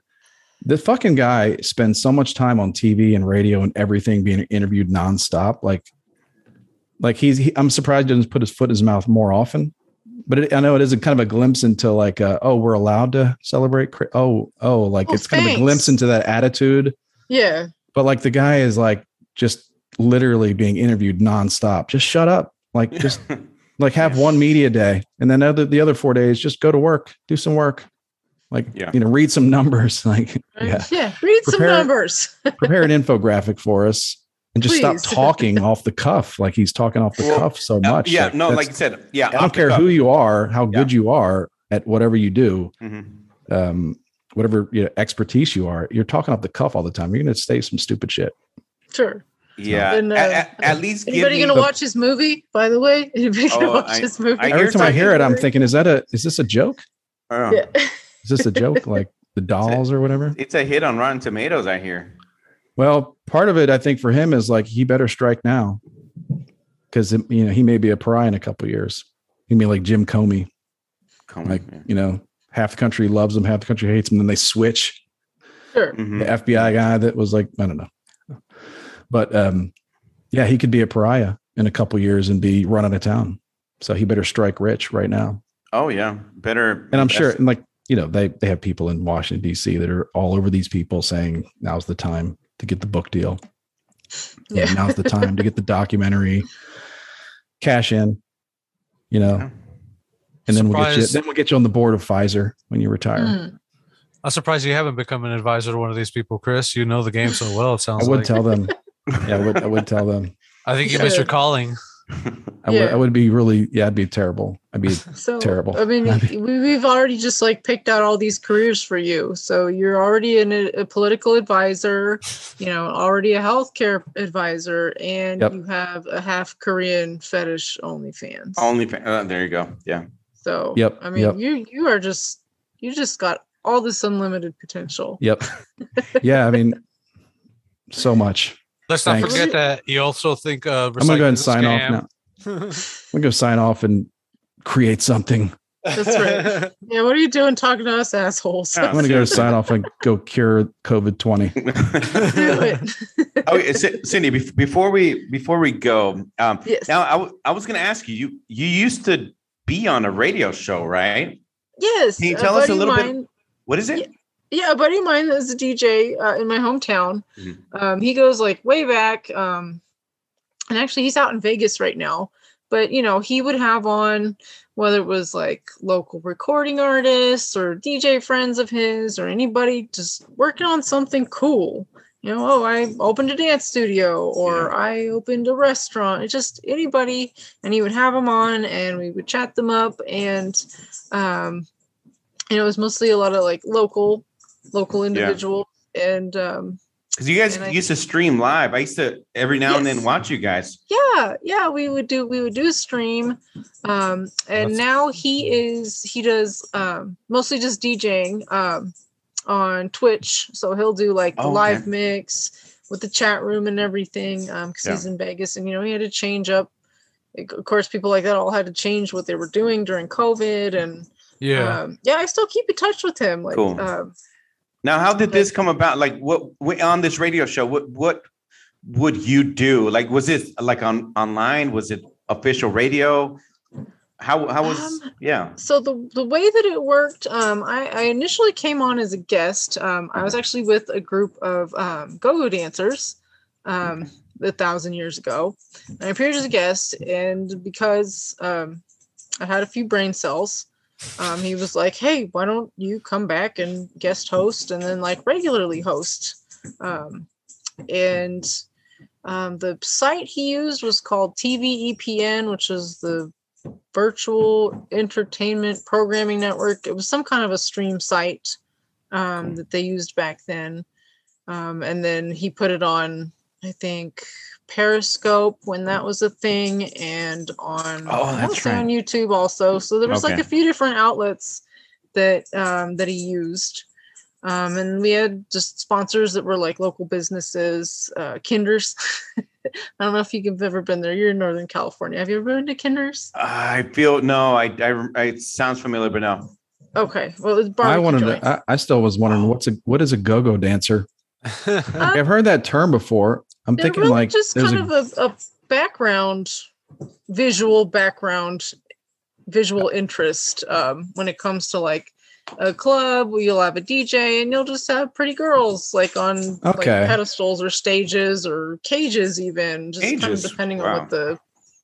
the fucking guy spends so much time on TV and radio and everything being interviewed nonstop. Like, like he's he, I'm surprised he doesn't put his foot in his mouth more often. But it, I know it is a kind of a glimpse into like uh, oh we're allowed to celebrate. Chri- Oh oh like Well, it's kind of a thanks. glimpse into that attitude. Yeah. But like the guy is like just literally being interviewed nonstop. Just shut up. Like just like have Yeah. one media day and then other the other four days just go to work do some work like Yeah. you know read some numbers like Right? yeah Read some Prepare- numbers. prepare an infographic for us and just Please. stop talking off the cuff like he's talking off the Well, cuff so Uh, much yeah. no, that's- like you said. Yeah. i don't care who you are how good you are at whatever you do Mhm. um whatever you know, expertise you are you're talking off the cuff all the time you're gonna say some stupid shit Sure. Yeah. Then, uh, at, at- at least give Anybody me gonna the- watch his movie? By the way, anybody gonna Oh, watch I- his movie? I hear every time i talking hear it i'm about- thinking is that a is this a joke Uh, Yeah. is this a joke like the dolls or whatever It's a hit on Rotten Tomatoes. I hear. Well, part of it, I think, for him is like he better strike now, because you know he may be a pariah in a couple years. He may be like Jim Comey, Come like on, you know, half the country loves him, half the country hates him, then they switch. Sure. yeah. Mhm. The FBI guy that was like, I don't know, but um, yeah, he could be a pariah in a couple years and be run out of town. So he better strike rich right now. Oh yeah. Better. And I'm sure, and like you know, they they have people in Washington D.C. that are all over these people saying now's the time to get the book deal. yeah. Yeah. now's the time to get the documentary cash in you know Yeah. and then we'll get you Surprise. then we'll get you on the board of pfizer when you retire Mm. I'm surprised you haven't become an advisor to one of these people, Chris. You know the game so well. It i sounds would like. tell them yeah I would, I would tell them I think you missed your Yeah. calling. I, would, Yeah. I would be really yeah i'd be terrible i'd be So Terrible. I mean, we, we've already just like picked out all these careers for you. So you're already in a, a political advisor, you know, already a healthcare advisor, and Yep. you have a half Korean fetish OnlyFans. Only. fa- Uh, there you go. Yeah. So Yep, I mean, yep. you you are just you just got all this unlimited potential. yep yeah i mean so much Let's not Thanks. forget that you also think. Uh, i'm gonna go ahead and sign recycling off now i'm gonna go sign off and create something is a That's scam. right. Yeah, what are you doing talking to us assholes? Yeah. i'm gonna go sign off and go cure covid-20 Do it. oh, yeah, Ci- Cindy. bef- Before we before we go, um, Yes. now I, w- I was going to ask you. You you used to be on a radio show, right? yes. Can you tell us a buddy of little bit- mine- What is it? Yeah, a buddy of mine is a DJ uh, in my hometown. Mhm. Um, he goes like way back, um, and actually he's out in Vegas right now. But you know, he would have on whether it was like local recording artists or DJ friends of his or anybody just working on something cool. You know, oh, I opened a dance studio or I opened a restaurant. It's just anybody, and he would have them on, and we would chat them up, and um, and it was mostly a lot of like local local individuals and um Because you guys And I- used to stream live. I used to every now and then Yes. watch you guys. yeah yeah we would do we would do a stream um and That's- now he is he does um mostly just djing um on twitch so he'll do like the Oh, okay. live mix with the chat room and everything um because Yeah. he's in vegas and you know he had to change up like, of course people like that all had to change what they were doing during covid and Yeah. um, yeah i still keep in touch with him like Cool. um Now, how did this come about? Like, what wh- on this radio show? What what would you do? Like, was it like on online? Was it official radio? How how was Um, yeah? so the the way that it worked um i, I initially came on as a guest um i was actually with a group of um go-go dancers um a thousand years ago and i appeared as a guest and because um i had a few brain cells um he was like hey why don't you come back and guest host and then like regularly host um and um the site he used was called tvepn which is the virtual entertainment programming network. It was some kind of a stream site. um, that they used back then. Um, and then he put it on, I think, Periscope when that was a thing, and on Oh, I that's wanna say right. on YouTube also. So there was like Okay. a few different outlets that um, that he used. Um, and we had just sponsors that were like local businesses, uh, Kinders. I don't know if you've ever been there. You're in Northern California. Have you ever been to Kinders? I feel no. I, I, I it sounds familiar, but no. Okay. Well, it's I barbecue wanted. joints. To, I, I still was wondering what's a what is a go-go dancer? Uh, I've heard that term before. I'm They're thinking really like just there's kind a of a, a background visual background visual interest um, when it comes to like a club where you'll have a DJ and you'll just have pretty girls like on like Okay. pedestals or stages or cages even just kind Cages, of depending on wow. what the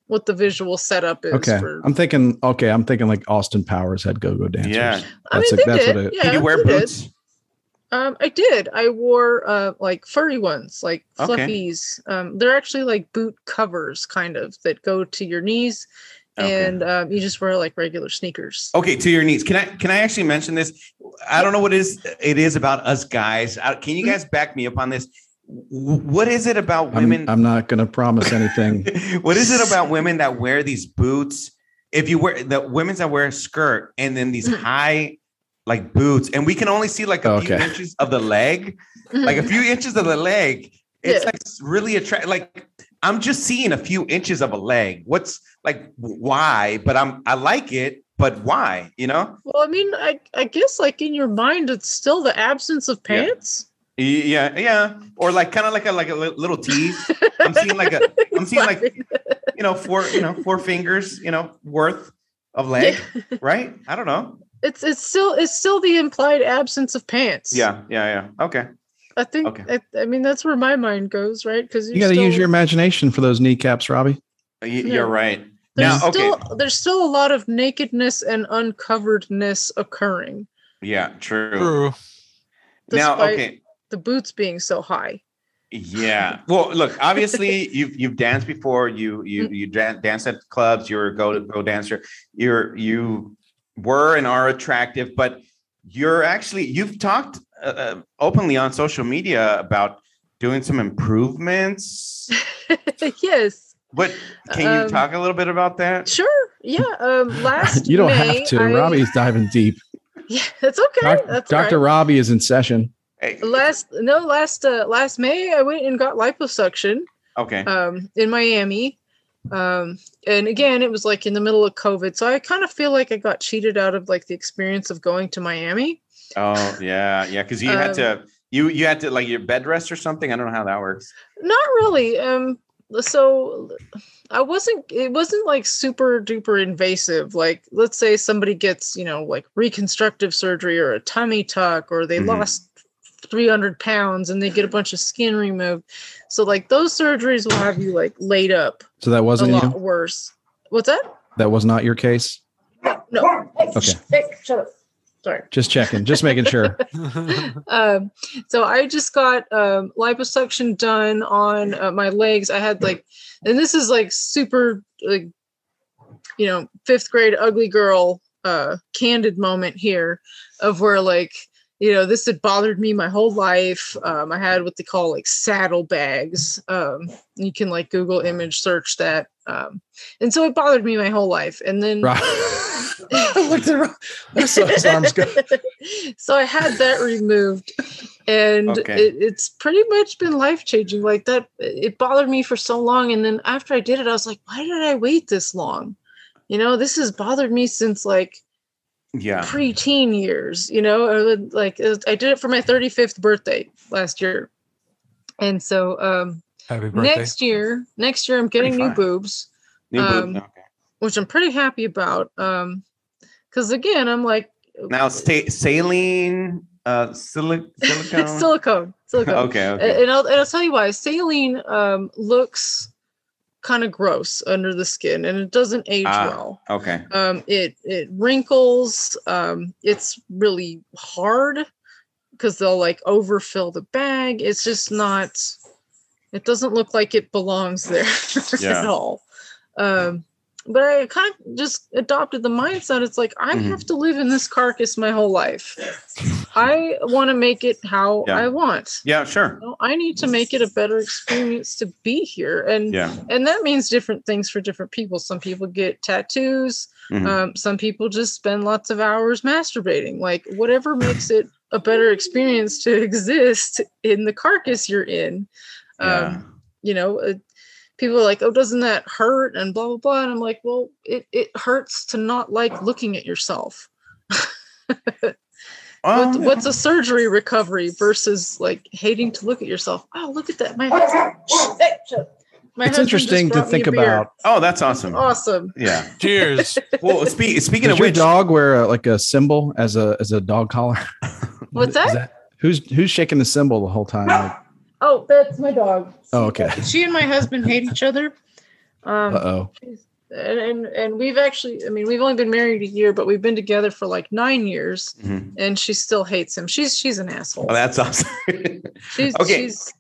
what the visual setup is okay. for I'm thinking okay. I'm thinking like Austin Powers had go-go dancers. Yeah. I mean that's they it- that's what did it- yeah Did you they wear did. boots? Um, I did. I wore uh like furry ones, like Okay. fluffies. Um, they're actually like boot covers, kind of that go to your knees, Okay. Oh, and um, you just wear like regular sneakers. Okay, to your knees. Can I can I actually mention this? I don't know what it is it is about us guys. Uh, Can you guys back me up on this? W- What is it about I'm, women? I'm not going to promise anything. what is it about women that wear these boots? If you wear the women's that wear a skirt and then these Mhm. high like boots, and we can only see like a few Okay. inches of the leg, like a few inches of the leg. It's Yeah. like really attract. Like I'm just seeing a few inches of a leg. What's like why? But I'm I like it, but why? You know? well, I mean, I I guess like in your mind, it's still the absence of Yeah. pants. Yeah, yeah, or like kind of like a like a li- little tease. I'm seeing like a I'm seeing like you know four you know four fingers you know worth of leg, right? I don't know. it's it's still it's still the implied absence of pants. Yeah, yeah, yeah. Okay. I think. Okay. I, I mean, that's where my mind goes, right? Because You got to use your imagination for those kneecaps, Robbie. Y- No. You're right. There's now, okay. still there's still a lot of nakedness and uncoveredness occurring Yeah, true. True. Now, Despite- okay. the boots being so high. Yeah. Well, look, obviously you've you've danced before. You you you dan- dance at clubs. You're a go to go dancer. You're you were and are attractive, but you're actually you've talked uh, uh, openly on social media about doing some improvements. yes, What can you Um, talk a little bit about that? sure. Yeah. Um, last you don't May, have to. I- Robbie's diving deep. Yeah, that's okay. that's all Doctor right. Robbie is in session. Hey, Last no, last uh, last May, I went and got liposuction okay. um, in Miami. Um, and again, it was like in the middle of COVID, so I kind of feel like I got cheated out of like the experience of going to Miami. Oh yeah, yeah. Because you had um, to you you had to like your bed rest or something. I don't know how that works. Not really. Um, so I wasn't. It wasn't like super duper invasive. Like, let's say somebody gets, you know, like reconstructive surgery or a tummy tuck, or they Mm-hmm. Mhm. lost three hundred pounds and they get a bunch of skin removed. So, like, those surgeries will have you like laid up So that a wasn't lot you. worse. What's that? That was not your case. No. Okay. shut up. Sorry. Just checking. Just making sure. um, so I just got um, liposuction done on uh, my legs. I had like, and this is like super, like, you know, fifth grade ugly girl uh, candid moment here of where like, you know, this had bothered me my whole life. Um, I had what they call like saddlebags. Um, you can like Google image search that. Um, and so it bothered me my whole life. And then Rob- I looked at Rob. I saw his arms go. so I had that removed, and Okay. it, it's pretty much been life changing. Like that, it bothered me for so long, and then after I did it, I was like, why did I wait this long? You know, this has bothered me since like Yeah. preteen years. You know, I would, like it- I did it for my thirty fifth birthday last year, and so um, Happy birthday. next year, next year I'm getting new 35. boobs New boob. um, Okay. which I'm pretty happy about. Um, because again, I'm like uh, Now, sa- saline, uh, sili- silicone. silicone, silicone. okay, A- okay. And I'll, and I'll tell you why. Saline um, looks kind of gross under the skin, and it doesn't age Ah. well. okay. Um, it it wrinkles. Um, it's really hard because they'll like overfill the bag. It's just not. It doesn't look like it belongs there Yeah. at all. Um, but I kind of just adopted the mindset. It's like I Mhm. have to live in this carcass my whole life. I want to make it how Yeah. I want. Yeah, sure. You know, I need to make it a better experience to be here, and Yeah. and that means different things for different people. Some people get tattoos. Mhm. Um, some people just spend lots of hours masturbating. Like whatever makes it a better experience to exist in the carcass you're in. Um, yeah. you know, uh, people are like, "Oh, doesn't that hurt?" and blah blah blah. And I'm like, "Well, it it hurts to not like looking at yourself." Oh, What, Um, yeah. What's a surgery recovery versus like hating to look at yourself? Oh, look at that! My my it's husband just interesting to brought me think a beer. about. oh, that's awesome. Awesome. Yeah. Cheers. Well, spe- speaking Does of your which, dog wear a, like a symbol as a as a dog collar? What's Is that? Who's who's shaking the symbol the whole time? Like, Oh, that's my dog. oh, okay. She and my husband hate each other. Uh Um, oh. and, and and we've actually, I mean, we've only been married a year, but we've been together for like nine years, Mhm. and she still hates him. She's she's an asshole. oh, that's awesome. she's okay. she's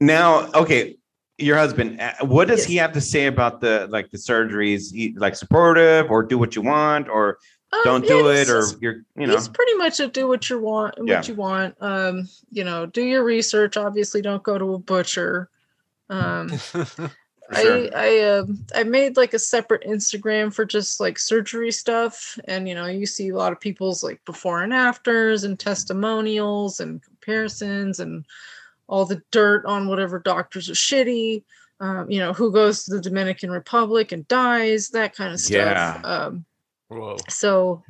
now, okay, your husband, uh, what does he have to say about the like the surgeries? He, like supportive or do what you want or um, don't yeah, do it he's or just- you're you know he's pretty much a do what you want what Yeah. you want. Um, you know, do your research. Obviously, don't go to a butcher. Um, for sure. I I um I made like a separate Instagram for just like surgery stuff, and you know you see a lot of people's like before and afters and testimonials and comparisons and all the dirt on whatever doctors are shitty. Um, you know who goes to the Dominican Republic and dies, that kind of stuff. Yeah. Um, Whoa. so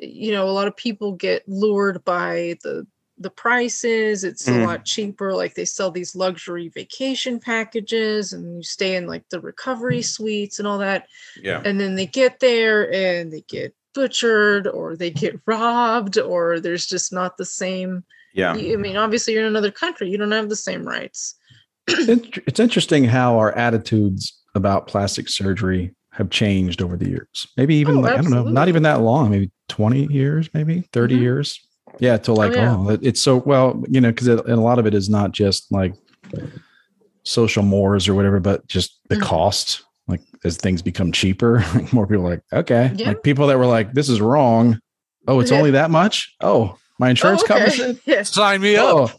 you know a lot of people get lured by the the prices it's Mhm. a lot cheaper like they sell these luxury vacation packages and you stay in like the recovery Mm-hmm. suites and all that yeah. and then they get there and they get butchered or they get robbed or there's just not the same Yeah. i mean obviously you're in another country you don't have the same rights It's it's interesting how our attitudes about plastic surgery have changed over the years. Maybe even Oh, like, I don't know, not absolutely. even that long, maybe 20 years, maybe 30 Mhm. years. Yeah, to like, oh, yeah. it- it's so well, you know, because and a lot of it is not just like social mores or whatever, but just the Mhm. cost. Like as things become cheaper, like more people are like, okay. Yeah. Like people that were like, this is wrong. Oh, it's Yeah. only that much? Oh, my insurance covers it. yes Sign me up. Oh,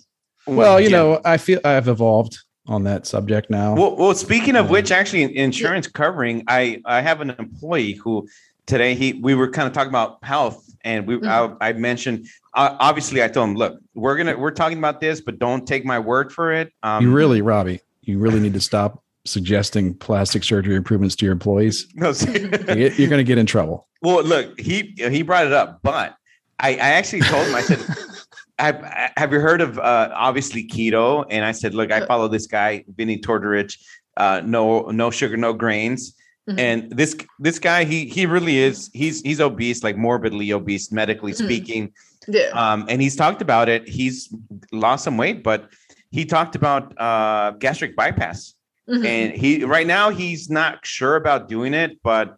well, you Yeah. know, I feel I've evolved on that subject now. Well, well, speaking of Yeah. which, actually, in- insurance covering, I I have an employee who today he we were kind of talking about health, and we I, I mentioned uh, obviously I told him, look, we're gonna we're talking about this, but don't take my word for it. Um, you really, Robbie, you really need to stop suggesting plastic surgery improvements to your employees. no, You- see- You're going to get in trouble. Well, look, he he brought it up, but I, I actually told him. I said, have, "Have you heard of uh, obviously keto?" And I said, "Look, I Yeah. follow this guy, Vinny Tortorich. Uh, no, no sugar, no grains." Mhm. And this this guy, he he really is. He's he's obese, like morbidly obese, medically Mhm. speaking. yeah Um, and he's talked about it. He's lost some weight, but he talked about uh, gastric bypass Mhm. and he right now he's not sure about doing it but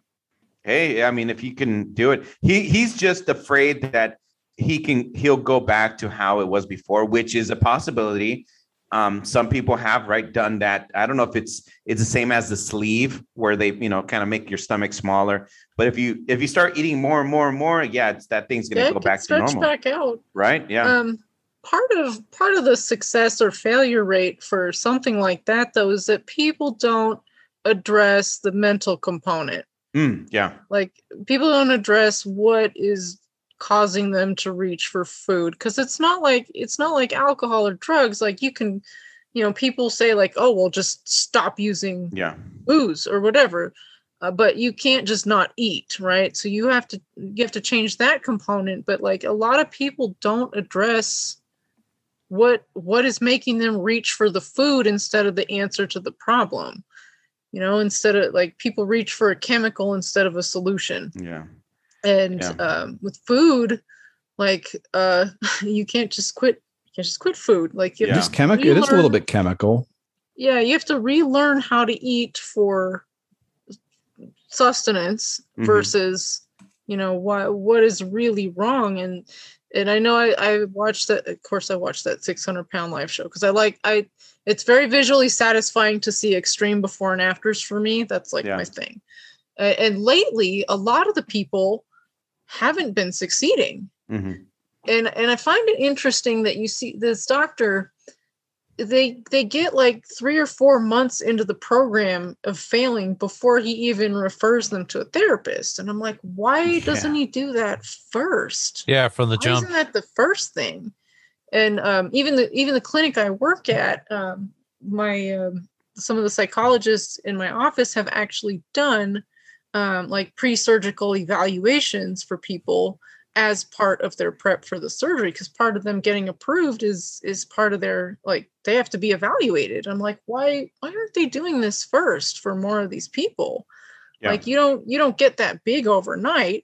hey i mean if you can do it he he's just afraid that he can he'll go back to how it was before which is a possibility um some people have right done that i don't know if it's it's the same as the sleeve where they you know kind of make your stomach smaller but if you if you start eating more and more and more yeah it's, that thing's gonna Yeah, it go can back to stretch normal back out right yeah um part of part of the success or failure rate for something like that though is that people don't address the mental component Mm, yeah like people don't address what is causing them to reach for food because it's not like it's not like alcohol or drugs like you can you know people say like oh well just stop using yeah booze or whatever uh, but you can't just not eat right so you have to you have to change that component but like a lot of people don't address what what is making them reach for the food instead of the answer to the problem you know instead of like people reach for a chemical instead of a solution yeah and Yeah. um, with food like uh you can't just quit you can't just quit food like you have Yeah. to It's chemical. It is a little Relearn. bit chemical. yeah you have to relearn how to eat for sustenance Mhm. versus you know what what is really wrong and and i know i i watched that of course i watched that 600 pound live show because i like i it's very visually satisfying to see extreme before and afters for me that's like Yeah. my thing A- and lately a lot of the people haven't been succeeding Mhm. and and I find it interesting that you see this doctor they they get like 3 or 4 months into the program of failing before he even refers them to a therapist and I'm like why doesn't he do that first? Yeah, from the Why jump. Isn't that the first thing? And um, even the even the clinic I work at, um, my um, some of the psychologists in my office have actually done um, like pre-surgical evaluations for people as part of their prep for the surgery because part of them getting approved is is part of their like they have to be evaluated i'm like why why aren't they doing this first for more of these people Yeah. like you don't you don't get that big overnight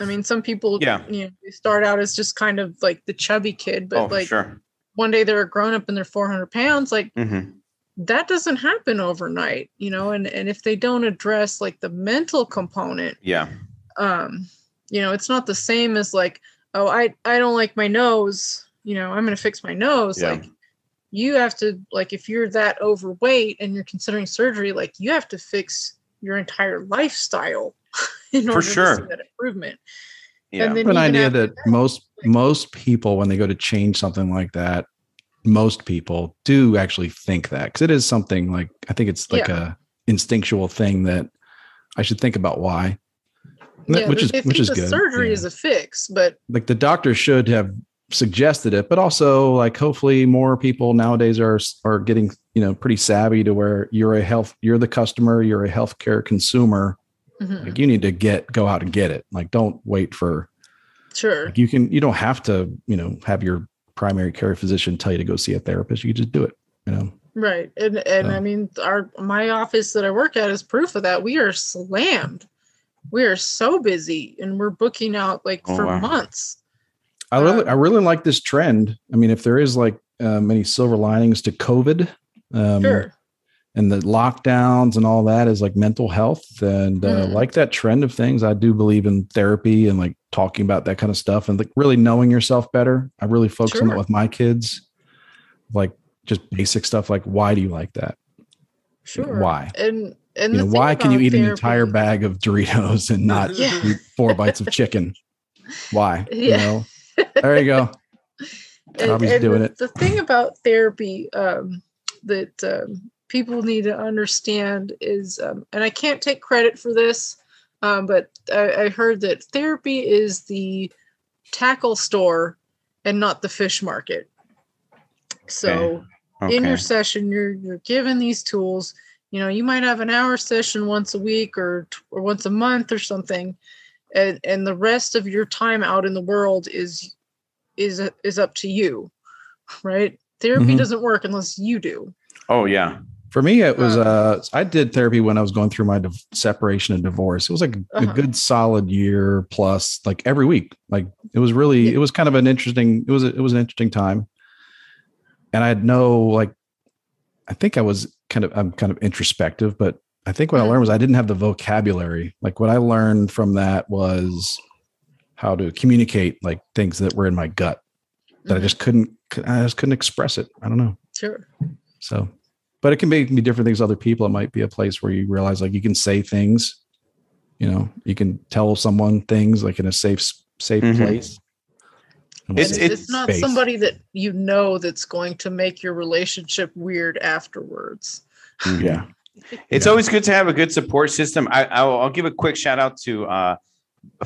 i mean some people Yeah. you know they start out as just kind of like the chubby kid but oh, like sure. one day they're a grown up and they're 400 pounds like hmm that doesn't happen overnight you know and and if they don't address like the mental component Yeah. um you know it's not the same as like oh i i don't like my nose you know i'm going to fix my nose Yeah. like you have to like if you're that overweight and you're considering surgery like you have to fix your entire lifestyle in For order to sure. see that improvement Yeah. and then I have an even idea after that most most people when they go to change something like that most people do actually think that because it is something like i think it's like a instinctual thing that i should think about why Th- yeah, which is they which think is the good surgery Yeah. is a fix but like the doctor should have suggested it but also like hopefully more people nowadays are are getting you know pretty savvy to where you're a health you're the customer you're a healthcare consumer mhm, like you need to get go out and get it like don't wait for sure like you can you don't have to, you know, have your primary care physician tell you to go see a therapist. You can just do it, you know. Right. And and So- I mean our my office that I work at is proof of that. We are slammed. We are so busy and we're booking out like Oh, for wow. months. I really Um, I really like this trend. I mean, if there is like uh, many silver linings to COVID, um Sure. and the lockdowns and all that is like mental health and uh, Mhm. like that trend of things I do believe in therapy and like talking about that kind of stuff and like really knowing yourself better. I really focus on that Sure. with my kids. Like just basic stuff like why do you like that? Sure. Why? And and You the know, thing why can you about eat an entire therapy- bag of Doritos and not Yeah. eat four bites of chicken? Why? You Yeah. know? There you go. and- Robbie's and doing the, it. The thing about therapy um, that um, people need to understand is, um, and I can't take credit for this, um, but I, I heard that therapy is the tackle store and not the fish market. So Okay. in your session you're you're given these tools you know you might have an hour session once a week or t- or once a month or something and and the rest of your time out in the world is is is up to you right therapy Mm-hmm. Mhm. doesn't work unless you do oh yeah. For me, it was Um, uh I did therapy when I was going through my div- separation and divorce. It was like a Uh-huh. good solid year plus like every week. Like it was really Yeah. it was kind of an interesting it was a, it was an interesting time. And I had no like I think I was kind of I'm kind of introspective, but I think what I Mhm. learned was I didn't have the vocabulary. Like what I learned from that was how to communicate like things that were in my gut that I Mhm. just couldn't I just couldn't express it. I don't know. Mm-hmm. sure So, but it can be, be different things. to Other people, it might be a place where you realize like you can say things, you know, you can tell someone things like in a safe, s- safe Mhm. place. And and we'll it's, see. it's- it's not space. somebody that you know that's going to make your relationship weird afterwards yeah. It's Yeah. always good to have a good support system. I, I'll, I'll give a quick shout out to uh,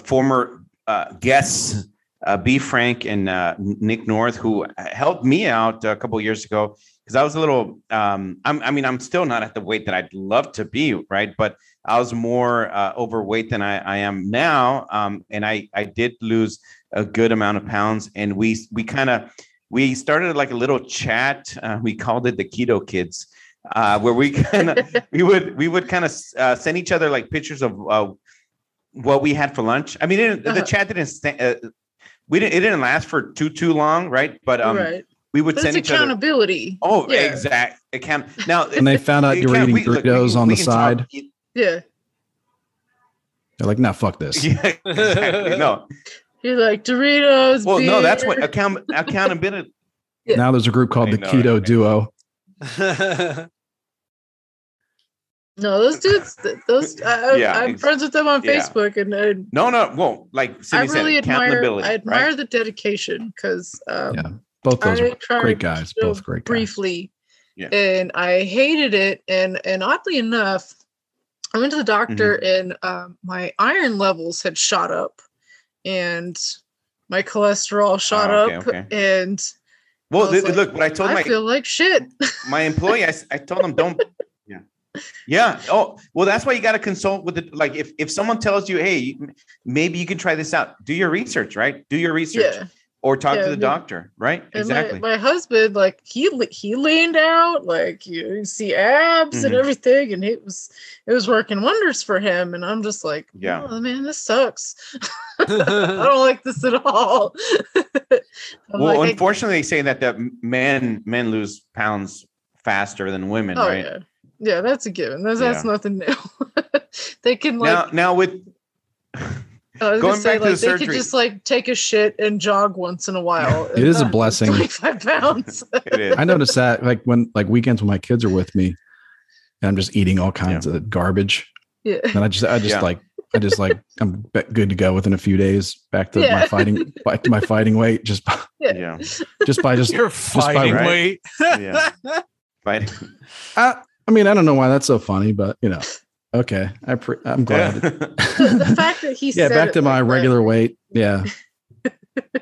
former uh, guests, uh, B. Frank and uh, Nick North, who helped me out a couple of years ago because I was a little. Um, I'm, I mean, I'm still not at the weight that I'd love to be, right? But I was more uh, overweight than I, I am now, um, and I I did lose a good amount of pounds, and we we kind of we started like a little chat. Uh, we called it the Keto Kids. Uh, where we kind of we would we would kind of uh, send each other like pictures of uh, what we had for lunch. I mean, it, didn't the Uh-huh. chat didn't sta- uh, we didn't it didn't last for too too long, right? But um, right we would but it's send each other. accountability Oh, yeah exact. It can now. And they found out it you were can- eating we- look, we Doritos can- on we the can talk- side. yeah They're like, nah, fuck this. Yeah, exactly. No, you're like doritos well, no, that's beer." what account accountability. Yeah. Now there's a group called I the know, Keto right? Duo. No, those dudes, th- those I, I- Yeah, I'm ex- friends with them on yeah. Facebook, and, and No, no, well, like I Cindy really said, admire accountability. I admire right? the dedication because um, Yeah, both those I are tried great guys. so Both great guys. briefly, Yeah. and I hated it. And and oddly enough, I went to the Mm-hmm. doctor, and um, my iron levels had shot up, and my cholesterol shot Ah, okay, up, okay. and Well, I was th- like, look, but I told I my feel like shit. my employee, I, s- I told them don't. Yeah. Yeah. Oh, well, that's why you got to consult with it. Like, if, if someone tells you, hey, you- maybe you can try this out, do your research, right? Do your research yeah. or talk Yeah, to the but- doctor, right? And exactly. my, my husband, like he le- he leaned out, like you see abs and Mhm. everything, and it was it was working wonders for him. And I'm just like, Yeah. oh, man, this sucks. I don't like this at all. I'm well, like, I- unfortunately, they say that the men men lose pounds faster than women, oh right? yeah, yeah, that's a given. That's that's nothing new. they can like now, now with I going was gonna say, back to like the they could surgery- just like take a shit and jog once in a while. It is a blessing. Twenty five pounds. it is. I notice that like when like weekends when my kids are with me, and I'm just eating all kinds of garbage, yeah. and I just I just Yeah. like I just like I'm be- good to go within a few days back to my Yeah. fighting back to my fighting weight just by, yeah. yeah, just by just You're fighting right. weight. yeah. But I, I mean I don't know why that's so funny, but you know okay I pre- I'm glad. yeah. The, the fact that he yeah, said back it to my like that- regular weight. Yeah,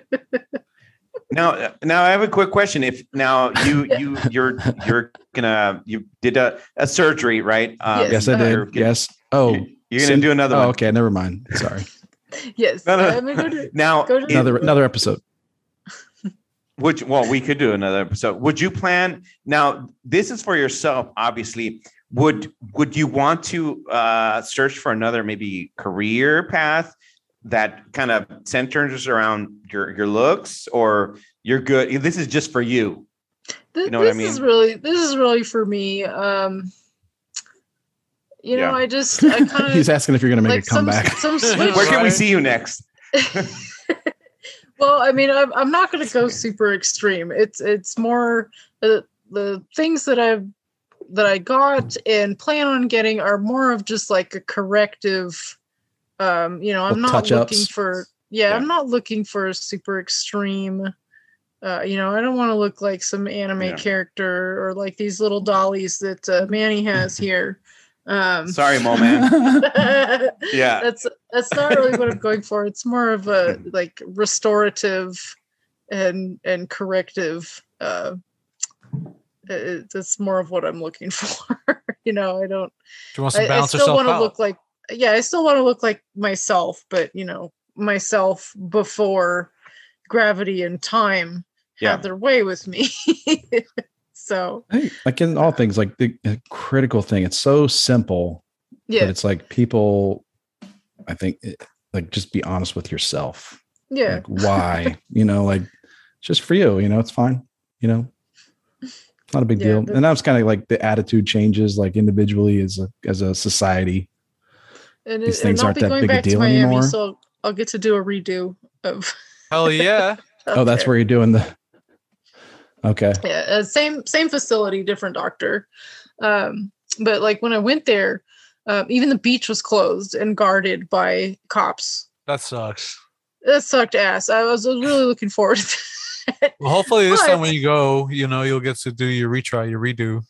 now now i have a quick question if now you you you're you're gonna you did a, a surgery right Yes. yes, I uh, did. you're- yes. Oh, you're, you're gonna Sin- do another oh, one okay. Never mind. Sorry. Yes. No, no. I'm gonna go to- now Go to it- Another another episode. which well we could do another episode would you plan now this is for yourself obviously would would you want to uh search for another maybe career path that kind of centers around your your looks or you're good this is just for you Th- You know what I this is mean? really this is really for me. Um you know, Yeah. I just I kind He's of asking if you're going to make Uh, like a comeback. some some switch. where can we Right. see you next well, I mean, I'm I'm not going to go super extreme. It's it's more the the things that I've that I got and plan on getting are more of just like a corrective. Um, you know, I'm Little not touch-ups. looking for yeah, Yeah. I'm not looking for a super extreme. Uh, you know, I don't want to look like some anime Yeah. character or like these little dollies that uh, Manny has here. Um, sorry mo man yeah that's that's not really what I'm going for. It's more of a like restorative and and corrective. Uh, it- that's more of what I'm looking for. you know, I don't. She wants to I, I balance still herself want to out. look like yeah, I still want to look like myself, but you know, myself before gravity and time Yeah. had their way with me. so I think, like in all things, like the the critical thing, it's so simple, but yeah, it's like people, I think, it- like just be honest with yourself. yeah, Like, why? you know, like it's just for you, you know, it's fine, you know, It's not a big Yeah, deal. but- and that's kind of like the attitude changes, like individually as a, as a society. and, these it, things and I'll aren't be that going big a back to deal Miami, anymore. so I'll, I'll get to do a redo of. Hell yeah. Oh, that's there. where you're doing the. Okay. yeah uh, same same facility different doctor um but like when i went there um, even the beach was closed and guarded by cops That sucks. that sucked ass i was, was really looking forward to that Well, hopefully this time But- when you go, you know, you'll get to do your retry, your redo.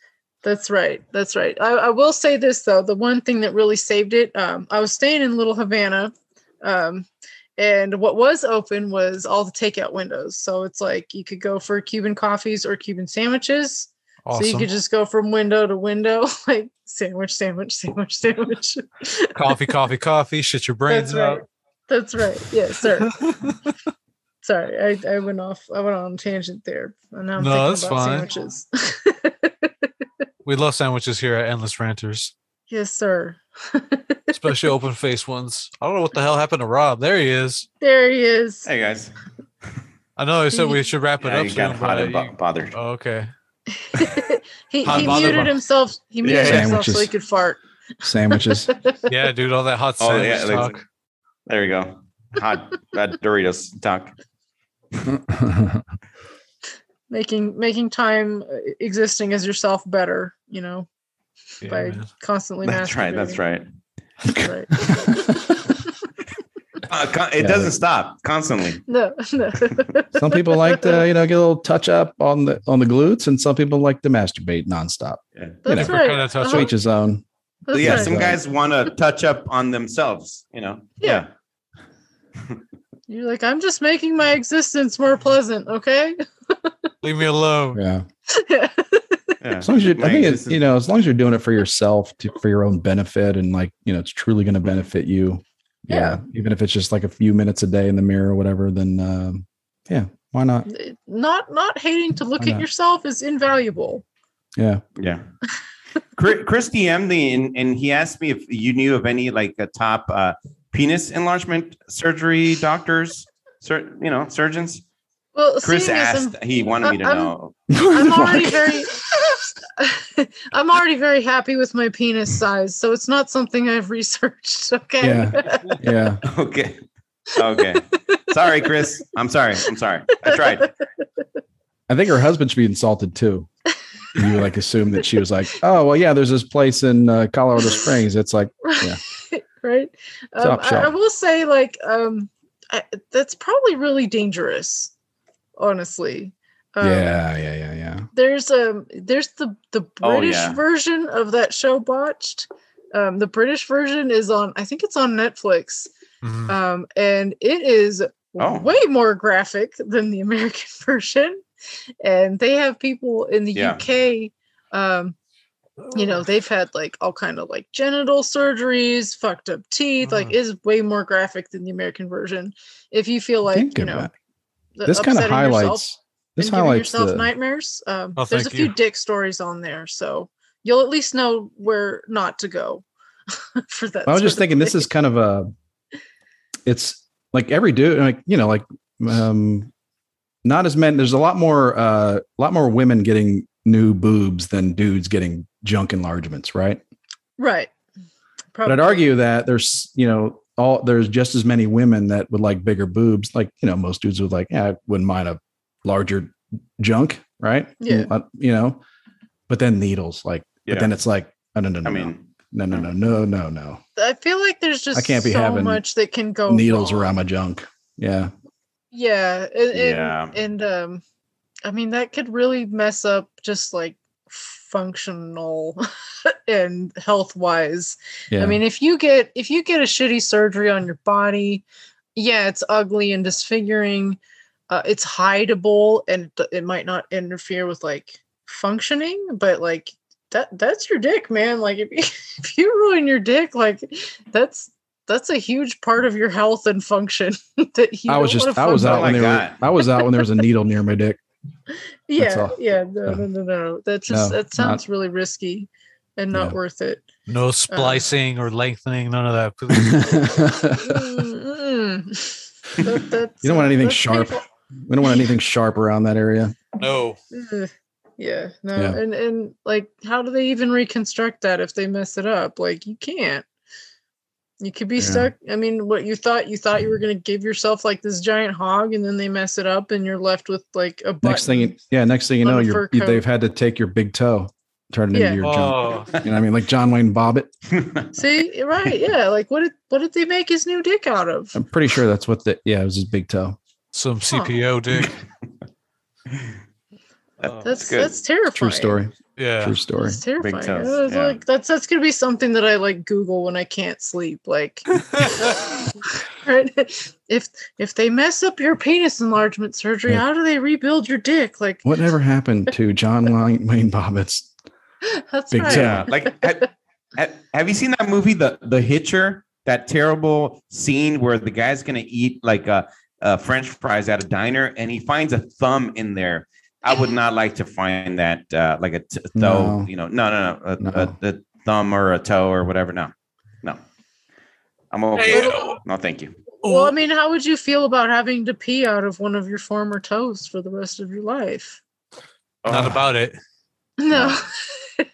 that's right that's right I, I will say this though the one thing that really saved it um i was staying in little havana um and what was open was all the takeout windows so it's like you could go for cuban coffees or cuban sandwiches Awesome. So you could just go from window to window, like sandwich, sandwich, sandwich, sandwich. coffee, coffee, coffee. Shit your brains That's right. out. That's right. Yeah, sir. Sorry, I, I went off. I went on a tangent there. And now I'm No, thinking that's about fine. sandwiches. we love sandwiches here at Endless Ranters, yes, sir. especially open face ones. I don't know what the hell happened to Rob. There he is. There he is. hey guys I know I said we He- should wrap it Yeah, up you soon, got hot but and I- bo- bothered oh, okay. he Hot he bother muted bun. himself. He muted Yeah, yeah. himself so he Sandwiches. could fart. Sandwiches. Yeah, dude, all that hot Oh, sandwich yeah, like- talk. There you go. Hot that Doritos talk. making making time uh, existing as yourself better, you know. Yeah, by man. constantly That's right. That's masturbating. right. That's right. Uh, con- it Yeah. doesn't stop constantly. no, no. Some people like to, you know, get a little touch up on the on the glutes, and some people like to masturbate nonstop. That's know, right. kinda touch Uh-huh. To each his own. That's yeah, right. some right. guys want to touch up on themselves. You know. Yeah. You're like, I'm just making my existence more pleasant, okay? Leave me alone. Yeah. yeah. Yeah. yeah. As long as you, I My think it's existence- you know, as long as you're doing it for yourself, to, for your own benefit, and like you know, it's truly going to benefit you. Yeah. Even if it's just like a few minutes a day in the mirror or whatever, then um, yeah, why not? Not not hating to look Why at not? yourself is invaluable. Yeah. Yeah. Chri- Chris DM the and, and he asked me if you knew of any like a top uh, penis enlargement surgery doctors, sur- you know, surgeons. Well, Chris seeing as I'm- asked. He wanted me to I- I'm- know. I'm already very I'm already very happy with my penis size, so it's not something I've researched. Okay. Yeah. yeah. Okay. Okay. sorry, Chris. I'm sorry. I'm sorry. I tried. I think her husband should be insulted too. You like assume that she was like, oh well, yeah, there's this place in uh, Colorado Springs. It's like, Yeah. right. Um, Top I, I shelf. will say, like, um, I, that's probably really dangerous. Honestly. Um, yeah, yeah, yeah, yeah. There's um there's the the Oh, British yeah. version of that show botched. Um, the British version is on I think it's on Netflix. Mhm. Um, and it is Oh. way more graphic than the American version. And they have people in the Yeah. UK. Um, you know, they've had like all kind of like genital surgeries, fucked up teeth. Like, Mm. Mhm. is way more graphic than the American version. If you feel like Think you about know, it. This kind of highlights. this this giving highlights yourself the. nightmares. Um, Oh, there's a thank few you. dick stories on there, so you'll at least know where not to go for that. I was sort just of thinking, this thing. is kind of a. It's like every dude, like you know, like um, not as men. There's a lot more, uh, a lot more women getting new boobs than dudes getting junk enlargements, right? right. But Probably. I'd argue that there's, you know, all there's just as many women that would like bigger boobs. Like, you know, most dudes would like, yeah, I wouldn't mind a larger junk, right? Yeah. Uh, You know, but then needles, like, Yeah. but then it's like, oh, no, no, no, I mean, no, no, no, no, no, no, I feel like there's just I can't be so having much that can go no. Needles wrong. around my junk. Yeah. Yeah, and, and, Yeah. and um, I mean that could really mess up just like functional and health wise. Yeah. I mean, if you get if you get a shitty surgery on your body, yeah, it's ugly and disfiguring. Uh, it's hideable, and th- it might not interfere with like functioning, but like that that's your dick, man. Like if you, if you ruin your dick, like that's that's a huge part of your health and function that you I was don't just, wanna I was fuck out Oh up. when my they were, God. I was out when there was a needle near my dick. that's yeah all. yeah no Yeah. no no no that just No, that sounds really risky and not Yeah. worth it No splicing or lengthening, none of that. please. Mm, mm. That- that's, You don't want uh, anything that's sharp. painful. we don't want anything sharp around that area. No. Ugh. Eh, yeah no Yeah. and and like how do they even reconstruct that if they mess it up like you can't you could be Yeah. Mm-hmm. stuck i mean what you thought you thought you were going to give yourself like this giant hog and then they mess it up and you're left with like a button. Next thing, you, yeah, next thing you On know, the you're, fur you, coat. they've had to take your big toe, turn it Yeah. into your junk. Oh, You know what I mean? Like John Wayne Bobbitt. see right yeah like what did what did they make his new dick out of I'm pretty sure that's what the yeah, it was his big toe. some CPO dick. That's that's good. that's terrifying True story. Oh, Yeah. True story. It's terrifying. toes, I was yeah. like, that's that's gonna be something that I like Google when I can't sleep. Like, right? if if they mess up your penis enlargement surgery, Yeah. how do they rebuild your dick? Like, Whatever happened to John Wayne Wayne Bobbitt's? that's Big right. toe. yeah. Like, ha- ha- have you seen that movie, The The Hitcher? That terrible scene where the guy's gonna eat like a, a French fries at a diner, and he finds a thumb in there. I would not like to find that, uh, like a t- toe. No. You know, no, no, no, a, No. A, a thumb or a toe or whatever. No, no. I'm okay. Hey, No, thank you. Well, I mean, how would you feel about having to pee out of one of your former toes for the rest of your life? Not Ugh. about it. No.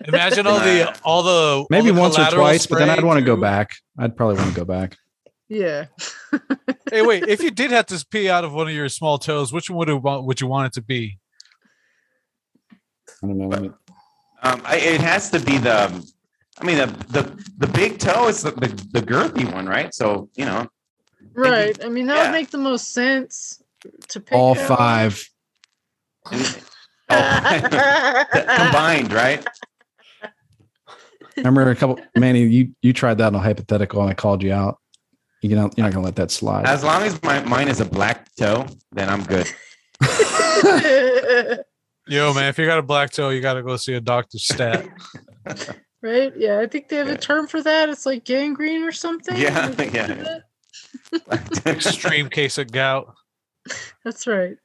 Imagine all the all the all Maybe the once or collateral twice, but then spray I'd want to go too. back. I'd probably want to go back. yeah. Hey, wait! If you did have to pee out of one of your small toes, which one would it want, would you want it to be? I don't know. Um, I, it has to be the I mean, the the, the big toe is the, the, the girthy one, right? So you know, Right. I mean, that Yeah. would make the most sense to pick All that five. and- oh, one. combined, right? Remember a couple, Manny, you, you tried that on a hypothetical and I called you out. You know, you're not going to let that slide. As long as my mine is a black toe, then I'm good. Yo, man, if you got a black toe, you got to go see a doctor stat. right? Yeah, I think they have Yeah. a term for that. It's like gangrene or something. Yeah, Like, yeah. Extreme case of gout. That's right.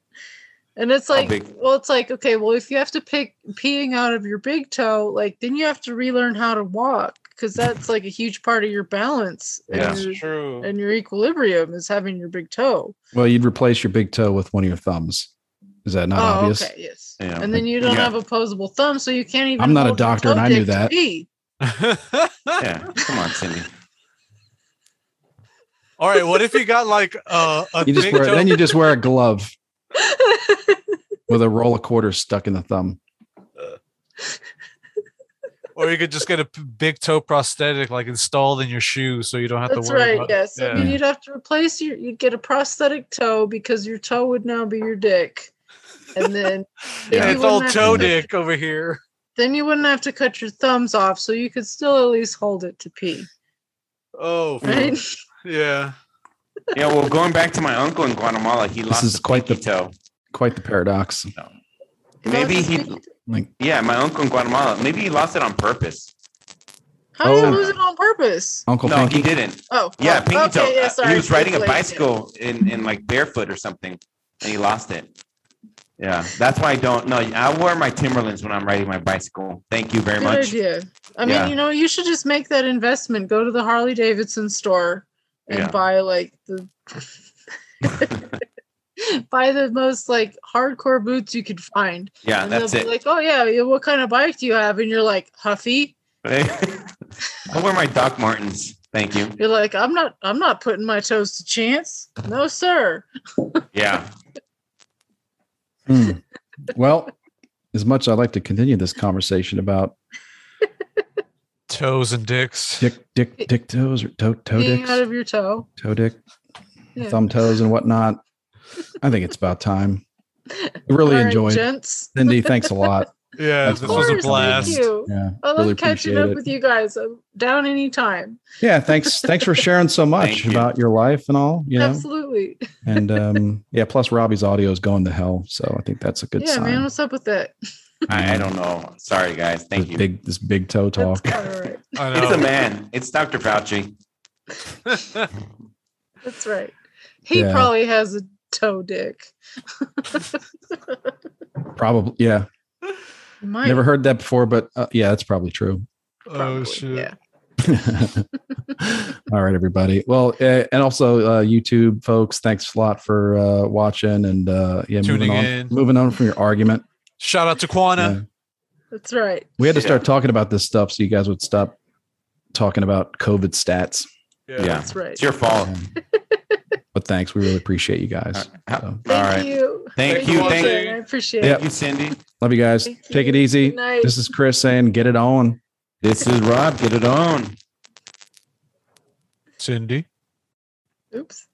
And it's How like, big? well, it's like, okay, well, if you have to pick peeing out of your big toe, like, then you have to relearn how to walk because that's like a huge part of your balance Yeah. and, your, true. and your equilibrium is having your big toe. well, you'd replace your big toe with one of your thumbs. Is that not oh, obvious? okay, yes. Yeah. And then you don't Yeah. have opposable thumb, so you can't even. I'm not a hold your doctor, and toe I knew dick to that. pee. Yeah, come on, Cindy. All right. What if you got like uh, a You just big wear, toe? then you just wear a glove with a roll of quarters stuck in the thumb. or you could just get a p- big toe prosthetic like installed in your shoe so you don't have That's to worry right. about Yes. I Yeah. mean, you'd have to replace your. You'd get a prosthetic toe because your toe would now be your dick, and then Yeah, you it's all wouldn't have toe to- dick over here. then you wouldn't have to cut your thumbs off, so you could still at least hold it to pee, Oh, Hmm. right? yeah. Yeah, well, going back to my uncle in Guatemala, he lost is his quite the- pinky toe. Quite the paradox. Maybe he, Like, yeah, my uncle in Guatemala, maybe he lost it on purpose. How did Oh. you lose it on purpose? Uncle no, Pinky. he didn't. Oh, Yeah, oh, pinky toe. okay, yeah, Uh, sorry, he was riding a it's late. bicycle in, in like barefoot or something, and he lost it. Yeah, that's why I don't. No, I wear my Timberlands when I'm riding my bicycle. Thank you very Good much. idea. I Yeah. mean, you know, you should just make that investment. Go to the Harley Davidson store and Yeah. buy like the buy the most like hardcore boots you could find. Yeah, and that's they'll it. be like, oh yeah, yeah, what kind of bike do you have? And you're like, Huffy. I wear my Doc Martens. Thank you. You're like, I'm not I'm not putting my toes to chance. No, sir. Yeah. Hmm. Well, as much as I'd like to continue this conversation about Toes and dicks. dick, dick, dick toes or toe, toe Being dicks, out of your toe. toe dick, Yeah. thumb toes and whatnot, I think it's about time. I really All right, enjoyed it. gents. Cindy, thanks a lot. Yeah, That's this all. was a Of course, thank blast. you. Yeah. I love Really catching appreciate up it. with you guys. I'm down anytime. Yeah. Thanks. Thanks for sharing so much Thank you. about your life and all, you know, Absolutely. and um, yeah, plus Robbie's audio is going to hell. So I think that's a good yeah, sign. man, what's up with that? I, I don't know. Sorry, guys. Thank this you. big, this big toe That's talk. kind of right. I It's a know. man. It's Dr. Fauci. That's right. He Yeah. probably has a toe dick. Probably. Yeah. He might, Never heard that before, but uh, yeah, that's probably true. oh probably, shit. Yeah. All right, everybody. Well, uh, and also uh, YouTube folks, thanks a lot for uh, watching and uh, yeah, Tuning moving on, in. moving on from your argument. Shout out to Quana. Yeah. That's right. We had to Yeah. start talking about this stuff so you guys would stop talking about COVID stats. Yeah. That's right. It's your fault. Um, but thanks, we really appreciate you guys. All So, Thank right. you. Thank Thank you. you. Jen. Thank you, I appreciate Yep. it. Thank you Cindy. love you guys. Thank Take you. it easy. Good night. This is Chris saying, "Get it on." This is Rob. Get it on. Cindy. Oops.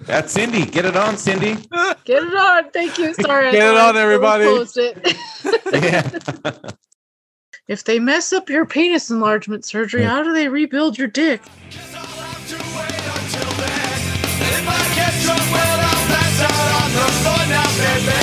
That's Cindy. Get it on, Cindy. Get it on. Thank you. Sorry. I Get it thought I on, everybody. closed it. Yeah. if they mess up your penis enlargement surgery, Yeah. how do they rebuild your dick? Guess I'll have to wait until then. If I get drunk, well, I'll pass out on the floor now, baby.